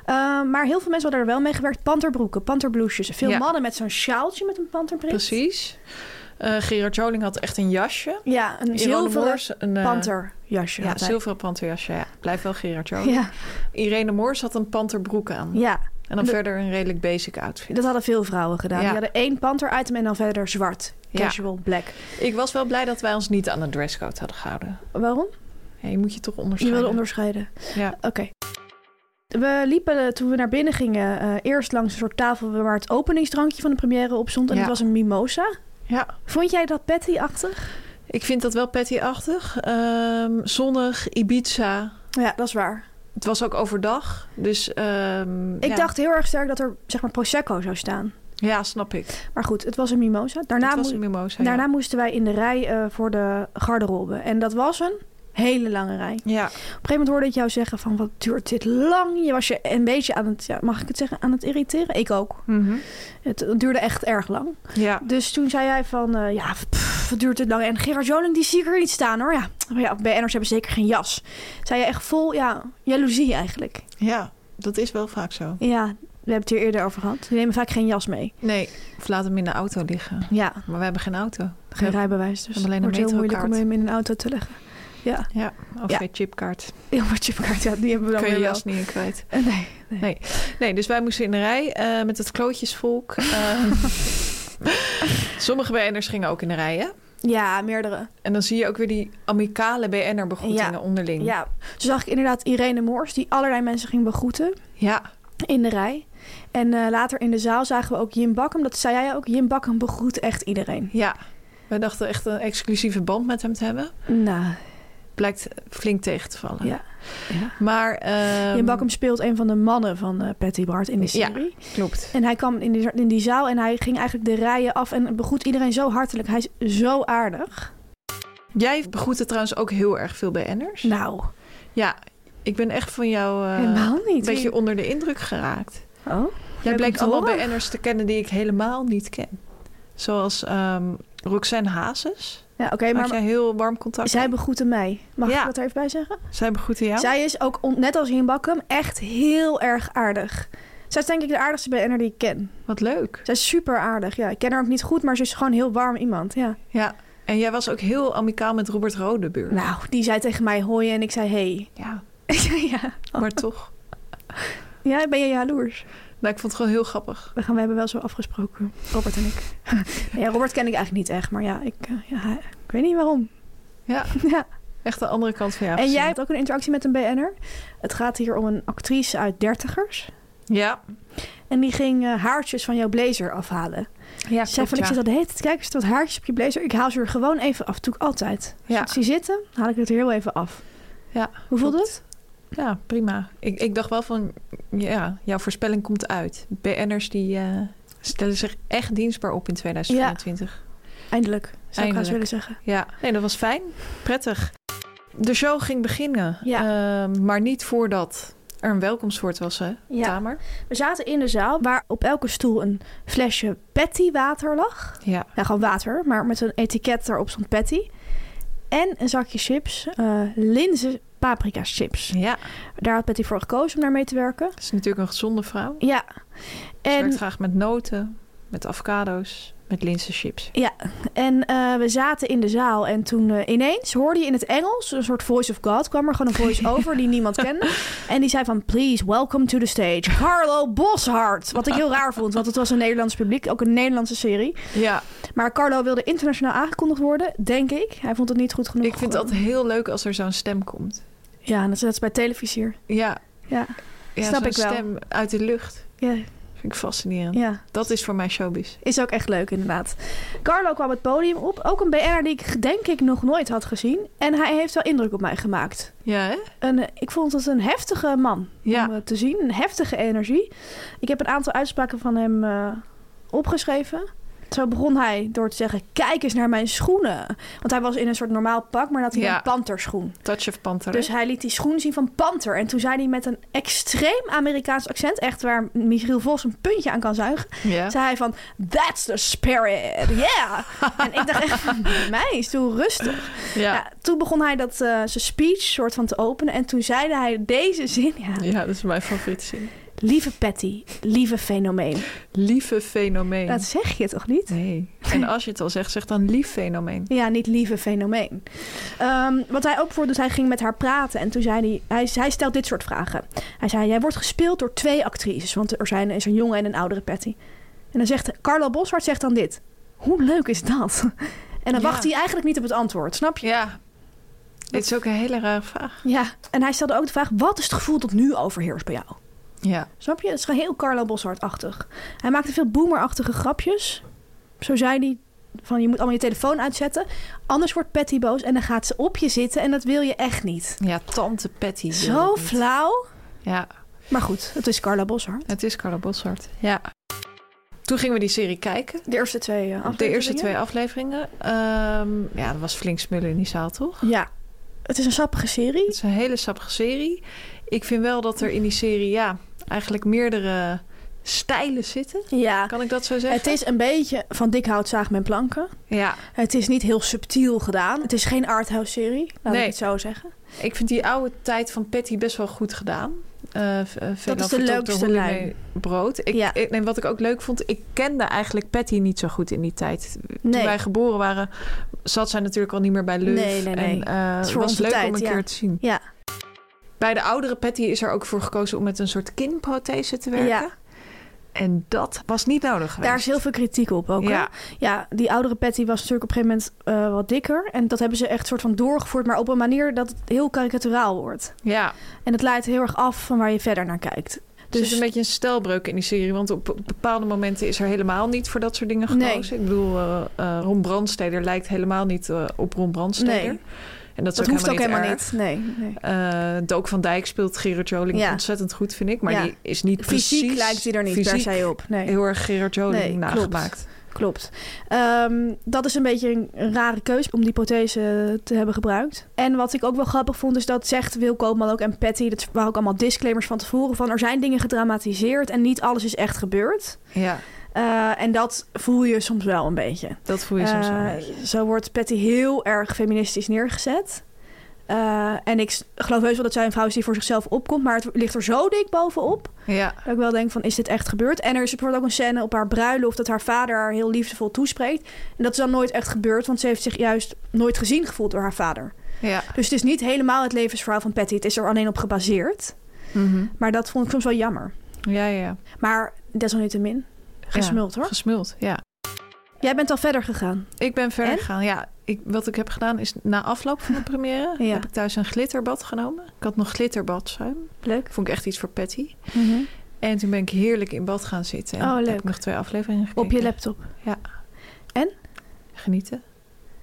Eh, maar heel veel mensen hadden er wel mee gewerkt. Panterbroeken, panterbloesjes. Veel
Ja.
mannen met zo'n sjaaltje met een panterprint.
Precies. Eh, Gerard Joling had echt een jasje.
Ja, een
Irene
zilveren
Moors een eh,
panterjasje.
Ja,
had hij.
zilveren panterjasje. Ja. Blijf wel Gerard Joling.
Ja,
Irene Moors had een panterbroek aan.
ja,
En dan
De-
verder een redelijk basic outfit.
dat hadden veel vrouwen gedaan.
Ja.
Die hadden één panter-item en dan verder zwart.
Ja.
Casual, black.
Ik was wel blij dat wij ons niet aan de dresscode hadden gehouden.
Waarom?
Ja, je moet je toch
Je
onderscheiden.
wilde onderscheiden.
Ja.
Oké. We liepen eh, toen we naar binnen gingen eh, eerst langs een soort tafel waar het openingsdrankje van de première op stond. En
Ja.
dat was een mimosa.
Ja,
Vond jij dat Patty-achtig?
ik vind dat wel patty-achtig. Ehm, zonnig, Ibiza.
Ja, dat is waar.
Het was ook overdag, dus... ehm,
Ik
ja.
dacht heel erg sterk dat er zeg maar Prosecco zou staan.
Ja, snap ik.
Maar goed, het was een mimosa. Daarna,
het was
moe-
een mimosa.
daarna moesten wij in de rij eh, voor de garderobe. En dat was een hele lange rij. Op een
Ja.
gegeven moment hoorde ik jou zeggen van wat duurt dit lang. Je was je een beetje aan het, ja, mag ik het zeggen, aan het irriteren. Ik ook.
Ja. Mhm.
Het duurde echt erg lang.
ja.
Dus toen zei jij van, eh, ja, pff, wat duurt het lang? En Gerard Joling, die zie ik er niet staan hoor. Ja, maar ja BN'ers hebben zeker geen jas. Zei je echt vol, ja, jaloezie eigenlijk.
ja, dat is wel vaak zo.
Ja, we hebben het hier eerder over gehad. Die nemen vaak geen jas mee.
Nee, of laat hem in de auto liggen.
Ja,
Maar wij hebben geen auto.
geen
Oh. Ja.
rijbewijs. Dus
Hebben alleen
het
een
wordt heel moeilijk om
metrokaart.
hem in een auto te leggen. Ja,
Ja, of
Ja.
geen chipkaart.
heel wat chipkaart. Ja, die hebben we dan
Kun je
weer wel.
jas niet in kwijt.
Eh, Nee.
Nee, dus wij moesten in de rij eh, met het klootjesvolk. eh. sommige BN'ers gingen ook in de rij, hè?
Ja, meerdere.
En dan zie je ook weer die amicale BN'er-begroetingen
Ja.
onderling.
Ja. Toen zag ik inderdaad Irene Moors, die allerlei mensen ging begroeten.
ja.
In de rij. En eh, later in de zaal zagen we ook Jim Bakkum. Dat zei jij ook. Jim Bakkum begroet echt iedereen.
ja. Wij dachten echt een exclusieve band met hem te hebben.
Nou,
Blijkt flink tegen te vallen.
Ja. Ja.
Maar... ehm,
Jim Bakkum speelt een van de mannen van eh, Patty Bart in de
Ja.
serie.
Klopt.
En hij kwam in die, in die zaal en hij ging eigenlijk de rijen af en begroet iedereen zo hartelijk. Hij is zo aardig.
Jij begroette trouwens ook heel erg veel BN'ers.
Nou,
Ja, ik ben echt van jou eh,
helemaal
een
niet.
beetje onder de indruk geraakt.
Oh?
Jij
Leuk om
bleek
te
allemaal
horen.
BN'ers te kennen die ik helemaal niet ken. Zoals ehm Roxanne Hazes.
Ja, oké,
Maak
maar
jij heel warm contact.
zij begroette mij. Mag
Ja.
ik dat er even bij zeggen?
Zij begroette jou?
Zij is ook, on- net als Jim Bakkum, echt heel erg aardig. Zij is denk ik de aardigste BN'er die ik ken.
Wat leuk.
Zij is super aardig. Ja, ik ken haar ook niet goed, maar ze is gewoon heel warm iemand. Ja.
Ja. En jij was ook heel amicaal met Robert Rodebuur.
Nou, die zei tegen mij hoi en ik zei hey.
Ja,
Ik zei ja.
maar toch.
Ja, ben je jaloers?
Nou, ik vond het gewoon heel grappig.
We, gaan, we hebben wel zo afgesproken, Robert en ik. ja, Robert ken ik eigenlijk niet echt, maar ja, ik, eh, ja, ik weet niet waarom.
Ja,
Ja.
echt de andere kant van jou.
En jij hebt ook een interactie met een BN'er. Het gaat hier om een actrice uit dertigers.
Ja.
En die ging eh, haartjes van jouw blazer afhalen.
Ja,
Ze zei van, ik zit al de hele tijd te kijken, er staan wat haartjes op je blazer. Ik haal ze er gewoon even af. Dat doe ik altijd. Als
Ja.
ik het zie zitten, haal ik het er heel even af.
Ja,
Hoe voelt
klopt.
het?
Ja, prima. Ik, ik dacht wel van, ja, jouw voorspelling komt uit. BN'ers die eh, stellen zich echt dienstbaar op in 2024.
Eindelijk, zou ik haast
Eindelijk.
willen zeggen.
Ja. nee, dat was fijn. Prettig. De show ging beginnen, eh, maar niet voordat er een welkomstwoord was, hè,
Ja.
Tamer?
We zaten in de zaal waar op elke stoel een flesje patty water lag.
Ja.
Ja, gewoon water, maar met een etiket daarop stond patty. En een zakje chips, eh, linzen paprika chips.
Ja,
Daar had Patty voor gekozen om daar mee te werken.
dat is natuurlijk een gezonde vrouw.
Ja.
Ze
En
werkt graag met noten, met avocado's, met linzenchips.
En eh, we zaten in de zaal en toen eh, ineens hoorde je in het Engels een soort voice of God. Kwam er gewoon een voice over die niemand kende. En die zei van please welcome to the stage Carlo Boshart. Wat ik heel raar vond, want het was een Nederlands publiek. Ook een Nederlandse serie.
Ja,
Maar Carlo wilde internationaal aangekondigd worden, denk ik. Hij vond het niet goed genoeg.
ik vind dat heel leuk als er zo'n stem komt.
Ja, en dat is, dat is bij televisie hier.
Ja,
Ja,
ja
Snap
zo'n
ik wel.
stem uit de lucht.
ja,
Vind ik fascinerend.
ja.
Dat is voor mij showbiz.
Is ook echt leuk, inderdaad. Carlo kwam het podium op. Ook een BN'er die ik denk ik nog nooit had gezien. En hij heeft wel indruk op mij gemaakt.
Ja, hè?
Een, eh, ik vond het een heftige man
Ja.
om eh, te zien. Een heftige energie. Ik heb een aantal uitspraken van hem eh, opgeschreven. Zo begon hij door te zeggen: Kijk eens naar mijn schoenen. Want hij was in een soort normaal pak, maar dan had hij
Ja.
een panterschoen.
Touch of Panther.
Dus hij liet die schoen zien van panter. En toen zei hij met een extreem Amerikaans accent, echt waar Michiel Vos een puntje aan kan zuigen,
ja.
zei hij van: That's the spirit, yeah. en ik dacht echt: van, Meis, doe rustig.
Ja.
Ja, toen begon hij dat, eh, zijn speech soort van te openen. En toen zeide hij deze zin. Ja,
ja, dat is mijn favoriete zin.
Lieve Patty, lieve fenomeen.
Lieve fenomeen.
Dat zeg je toch niet?
Nee. En als je het al zegt, zeg dan lief fenomeen.
Ja, niet lieve fenomeen. Ehm, wat hij ook voordoet, hij ging met haar praten. En toen zei hij, hij, hij stelt dit soort vragen. Hij zei, jij wordt gespeeld door twee actrices. Want er zijn, is een jonge en een oudere Patty. En dan zegt Carlo Boshart zegt dan dit. Hoe leuk is dat? En dan
Ja.
wacht hij eigenlijk niet op het antwoord, snap je?
Ja. Dit is ook een hele rare vraag.
Ja. En hij stelde ook de vraag, wat is het gevoel dat nu overheerst bij jou?
Ja.
Snap je? Het is gewoon heel Carlo Boshart-achtig. Hij maakte veel boomerachtige grapjes. Zo zei hij van je moet allemaal je telefoon uitzetten. Anders wordt Patty boos en dan gaat ze op je zitten en dat wil je echt niet.
Ja, tante Patty. wil
Zo
dat niet.
flauw.
Ja,
Maar goed, het is Carla Boshart.
het is Carla Bossart. Ja. Toen gingen we die serie kijken.
De eerste twee eh,
De eerste
afleveringen.
twee afleveringen. Ehm, ja, dat was flink smullen in die zaal, toch?
Ja. Het is een sappige serie.
Het is een hele sappige serie. Ik vind wel dat er in die serie, ja, eigenlijk meerdere stijlen zitten.
Ja.
Kan ik dat zo zeggen?
Het is een beetje van dik hout zaag mijn planken.
Ja.
Het is niet heel subtiel gedaan. Het is geen arthouse serie, laat
Nee.
ik het zo zeggen.
Ik vind die oude tijd van Patty best wel goed gedaan. Eh, v- eh, Velan
is de
vertolkt
leukste
door Holly
lijn.
May Brood. Ik,
Ja.
ik- nee, wat ik ook leuk vond, ik kende eigenlijk Patty niet zo goed in die tijd. Toen
Nee.
wij geboren waren, zat zij natuurlijk al niet meer bij Luf.
Nee, nee, nee.
En eh,
is
het
voor
was
onze
leuk
tijd,
om een
ja.
keer te zien.
Ja.
Bij de oudere Patty is er ook voor gekozen om met een soort kinprothese te werken.
Ja.
En dat was niet nodig geweest.
Daar is heel veel kritiek op ook. hè?
Ja.
Ja, die oudere Patty was natuurlijk op een gegeven moment eh, wat dikker. En dat hebben ze echt soort van doorgevoerd, maar op een manier dat het heel karikaturaal wordt.
ja.
En het leidt heel erg af van waar je verder naar kijkt.
Dus
Dus
is een beetje een stelbreuk in die serie. Want op op bepaalde momenten is er helemaal niet voor dat soort dingen gekozen.
Nee.
Ik bedoel, eh, eh, Ron Brandsteder lijkt helemaal niet eh, op Ron Brandsteder.
Nee.
En dat, is
dat hoeft ook helemaal
erg.
niet. Nee, nee.
Eh, Dook van Dijk speelt Gerard Joling
Ja.
ontzettend goed, vind ik. Maar
Ja.
die is niet
Fysiek
precies...
lijkt hij er niet
fysiek
per se op. Nee,
heel erg Gerard Joling
Nee, klopt.
nagemaakt.
klopt. Ehm, dat is een beetje een, een rare keus om die prothese te hebben gebruikt. En wat ik ook wel grappig vond, is dat zegt Wil Koopman ook en Patty... dat waren ook allemaal disclaimers van tevoren... van er zijn dingen gedramatiseerd en niet alles is echt gebeurd.
Ja,
Eh, en dat voel je soms wel een beetje.
dat voel je soms wel. een
Eh,
beetje.
zo wordt Patty heel erg feministisch neergezet. Eh, en ik s- geloof heus wel dat zij een vrouw is die voor zichzelf opkomt. Maar het ligt er zo dik bovenop.
Ja,
Dat ik wel denk van, is dit echt gebeurd? En er is bijvoorbeeld ook een scène op haar bruiloft... dat haar vader haar heel liefdevol toespreekt. En dat is dan nooit echt gebeurd. Want ze heeft zich juist nooit gezien gevoeld door haar vader.
ja.
Dus het is niet helemaal het levensverhaal van Patty. Het is er alleen op gebaseerd.
Mhm.
Maar dat vond ik soms wel jammer.
Ja, ja.
Maar desalniettemin, gesmuld hoor.
Gesmuld, ja.
Jij bent al verder gegaan.
Ik ben verder
En?
gegaan. Ja, ik, wat ik heb gedaan is na afloop van de première
Ja.
heb ik thuis een glitterbad genomen. Ik had nog glitterbadzuim.
Leuk.
Vond ik echt iets voor Patty.
Mhm.
En toen ben ik heerlijk in bad gaan zitten. En
Oh,
Heb
leuk.
ik nog twee afleveringen gekeken.
Op je laptop.
Genieten.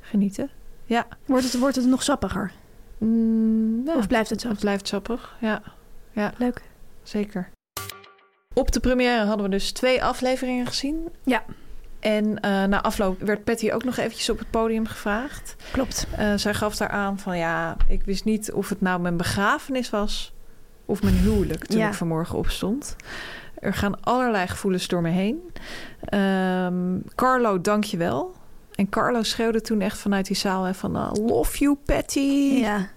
Genieten. Ja.
Wordt het, wordt het nog sappiger?
Mm, nou,
Of blijft het zo?
het blijft sappig. Ja,
Leuk.
zeker. Op de première hadden we dus twee afleveringen gezien.
Ja.
En eh, na afloop werd Patty ook nog eventjes op het podium gevraagd.
Klopt.
Eh, zij gaf daar aan van ja, ik wist niet of het nou mijn begrafenis was of mijn huwelijk toen
Ja.
ik vanmorgen opstond. Er gaan allerlei gevoelens door me heen. Ehm, Carlo, dank je wel. En Carlo schreeuwde toen echt vanuit die zaal hè, van eh, love you Patty.
Ja.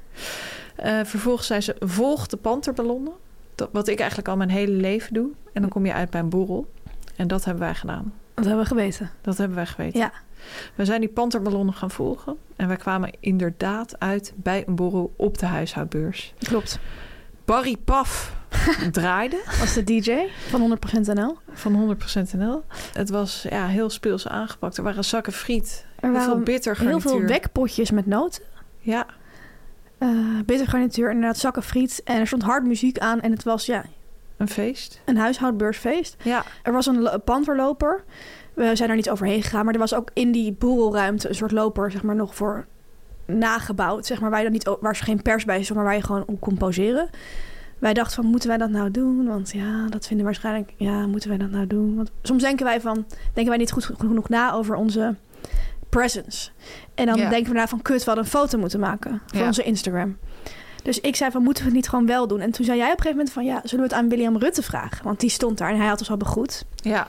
Eh, vervolgens zei ze volg de panterballonnen. Dat, wat ik eigenlijk al mijn hele leven doe. En
Hm.
dan kom je uit bij een borrel. En dat hebben wij gedaan.
Dat hebben we geweten.
Dat hebben wij geweten.
Ja.
We zijn die panterballonnen gaan volgen. En wij kwamen inderdaad uit bij een borrel op de huishoudbeurs.
Klopt.
Barry Paf draaide
Als de DJ van 100% NL.
van 100% NL. Het was ja, heel speels aangepakt. Er waren zakken friet.
Er
Heel veel
waren
bitter
heel
garnituur.
veel wekpotjes met noten.
Ja,
Eh bittergarnituur, inderdaad zakken friet. En er stond hard muziek aan. En het was ja,
een feest.
een huishoudbeursfeest.
Ja,
Er was een lo- een panterloper. We zijn er niet overheen gegaan, maar er was ook in die boerelruimte een soort loper, zeg maar, nog voor nagebouwd, zeg maar, waar, je dan niet, o- waar ze geen pers bij is, maar waar je gewoon op kon poseren. Wij dachten van, moeten wij dat nou doen? Want ja, dat vinden we waarschijnlijk, ja, moeten wij dat nou doen? Want soms denken wij van, denken wij niet goed genoeg na over onze presence. En dan
Ja.
denken we daarna van, kut, we hadden een foto moeten maken voor
Ja.
onze Instagram. Dus ik zei van, moeten we het niet gewoon wel doen? En toen zei jij op een gegeven moment van, ja, zullen we het aan William Rutte vragen? Want die stond daar en hij had ons al begroet.
ja.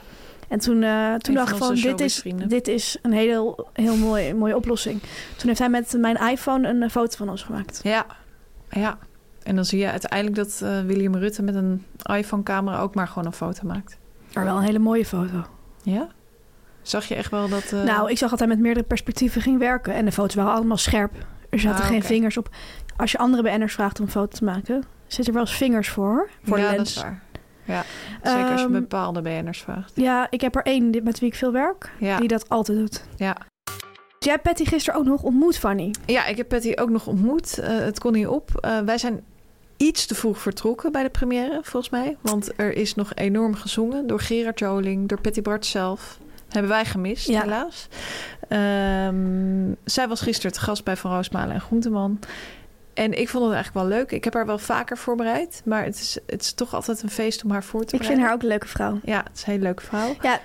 En toen, eh, toen
Een
dacht ik
van
van,
onze
dit is,
showbizvrienden.
dit is een heel, heel mooie, mooie oplossing. Toen heeft hij met mijn iPhone een eh, foto van ons gemaakt.
ja, ja. En dan zie je uiteindelijk dat eh, William Rutte met een iPhone-camera ook maar gewoon een foto maakt.
Maar wel een hele mooie foto.
Ja? Zag je echt wel dat... eh,
Nou, ik zag dat hij met meerdere perspectieven ging werken. En de foto's waren allemaal scherp. Er zaten
Ah,
geen
oké.
vingers op. Als je andere BN'ers vraagt om een foto te maken, zit er wel eens vingers voor. hoor, Voor
ja,
de
dat
lens.
is waar. Ja, zeker als je
Ehm,
bepaalde BN'ers vraagt.
Ja, ik heb er één die- met wie ik veel werk,
Ja,
die dat altijd doet.
ja.
Jij hebt Patty gisteren ook nog ontmoet, Fanny.
ja, ik heb Patty ook nog ontmoet. Eh, het kon niet op. Eh, wij zijn iets te vroeg vertrokken bij de première, volgens mij. Want er is nog enorm gezongen door Gerard Joling, door Patty Bart zelf. Hebben wij gemist,
Ja.
helaas. Ehm, zij was gisteren te gast bij Van Roosmalen en Groenteman. En ik vond het eigenlijk wel leuk. Ik heb haar wel vaker voorbereid. Maar het is, het is toch altijd een feest om haar voor te
Ik
bereiden.
vind haar ook een leuke vrouw.
Ja, het is een hele leuke vrouw.
Ja,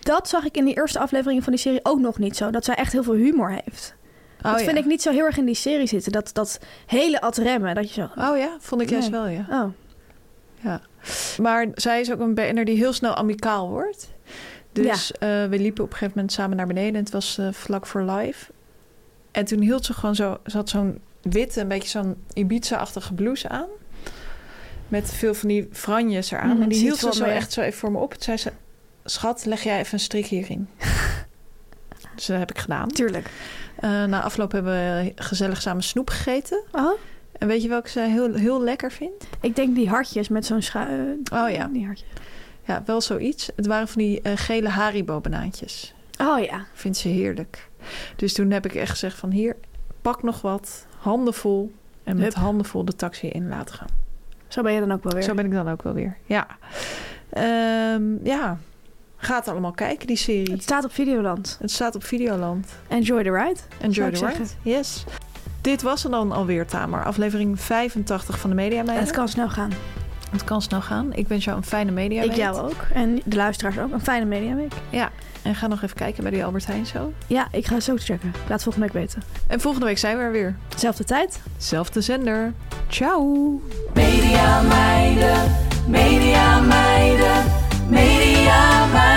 dat zag ik in die eerste afleveringen van die serie ook nog niet zo. Dat zij echt heel veel humor heeft.
Oh,
dat vind ik niet zo heel erg in die serie zitten. Dat, dat hele ad remmen. Dat je zo...
Oh ja, vond ik juist
Nee.
wel, ja.
Oh,
Maar zij is ook een BN'er die heel snel amicaal wordt. Dus eh, we liepen op een gegeven moment samen naar beneden. En het was eh, vlak voor live. En toen hield ze gewoon zo... Ze had zo'n witte, een beetje zo'n Ibiza-achtige blouse aan. Met veel van die franjes eraan.
Mhm,
en die
ziet
hield ze
wel
zo
mooi.
echt zo even voor me op. Toen zei ze... Schat, leg jij even een strik hierin. dus dat heb ik gedaan.
tuurlijk.
Eh, na afloop hebben we gezellig samen snoep gegeten.
Oh,
En weet je welke ze heel, heel lekker vindt?
ik denk die hartjes met zo'n schuil.
Oh ja.
Die hartjes.
Ja, wel zoiets. Het waren van die eh, gele Haribo-banaantjes.
Oh ja.
Vindt ze heerlijk. Dus toen heb ik echt gezegd van hier, pak nog wat, handen vol. En met
Hup.
handen vol de taxi in laten gaan.
Zo ben je dan ook wel weer.
Zo ben ik dan ook wel weer. Ja. Ehm, ja. Gaat allemaal kijken, die serie.
Het staat op Videoland.
Het staat op Videoland.
Enjoy the ride. Zou
Enjoy
ik
the ride. Yes. Dit was het dan alweer, Tamer. Aflevering 85 van de Media Meiden.
Het kan snel gaan.
Het kan snel gaan. Ik wens jou een fijne media
ik jou ook. En de luisteraars ook. Een fijne mediaweek.
Ja. En ga nog even kijken bij die Albert Heijn zo.
Ja, ik ga het zo checken. Ik laat het volgende week weten.
En volgende week zijn we er weer.
Zelfde tijd.
Zelfde zender. Ciao.
Media meiden, media meiden, media meiden.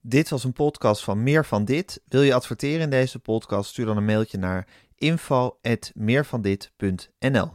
Dit was een podcast van Meer van Dit. Wil je adverteren in deze podcast? Stuur dan een mailtje naar info.meervandit.nl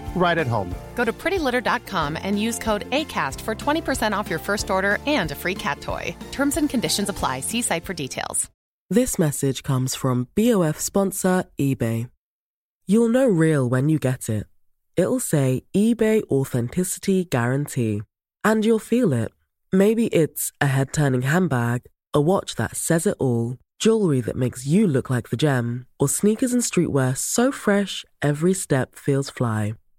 right at home.
Go to prettylitter.com and use code ACAST for 20% off your first order and a free cat toy. Terms and conditions apply. See site for details.
This message comes from BOF sponsor eBay. You'll know real when you get it. It'll say eBay Authenticity Guarantee. And you'll feel it. Maybe it's a head turning handbag, a watch that says it all, jewelry that makes you look like the gem, or sneakers and streetwear so fresh every step feels fly.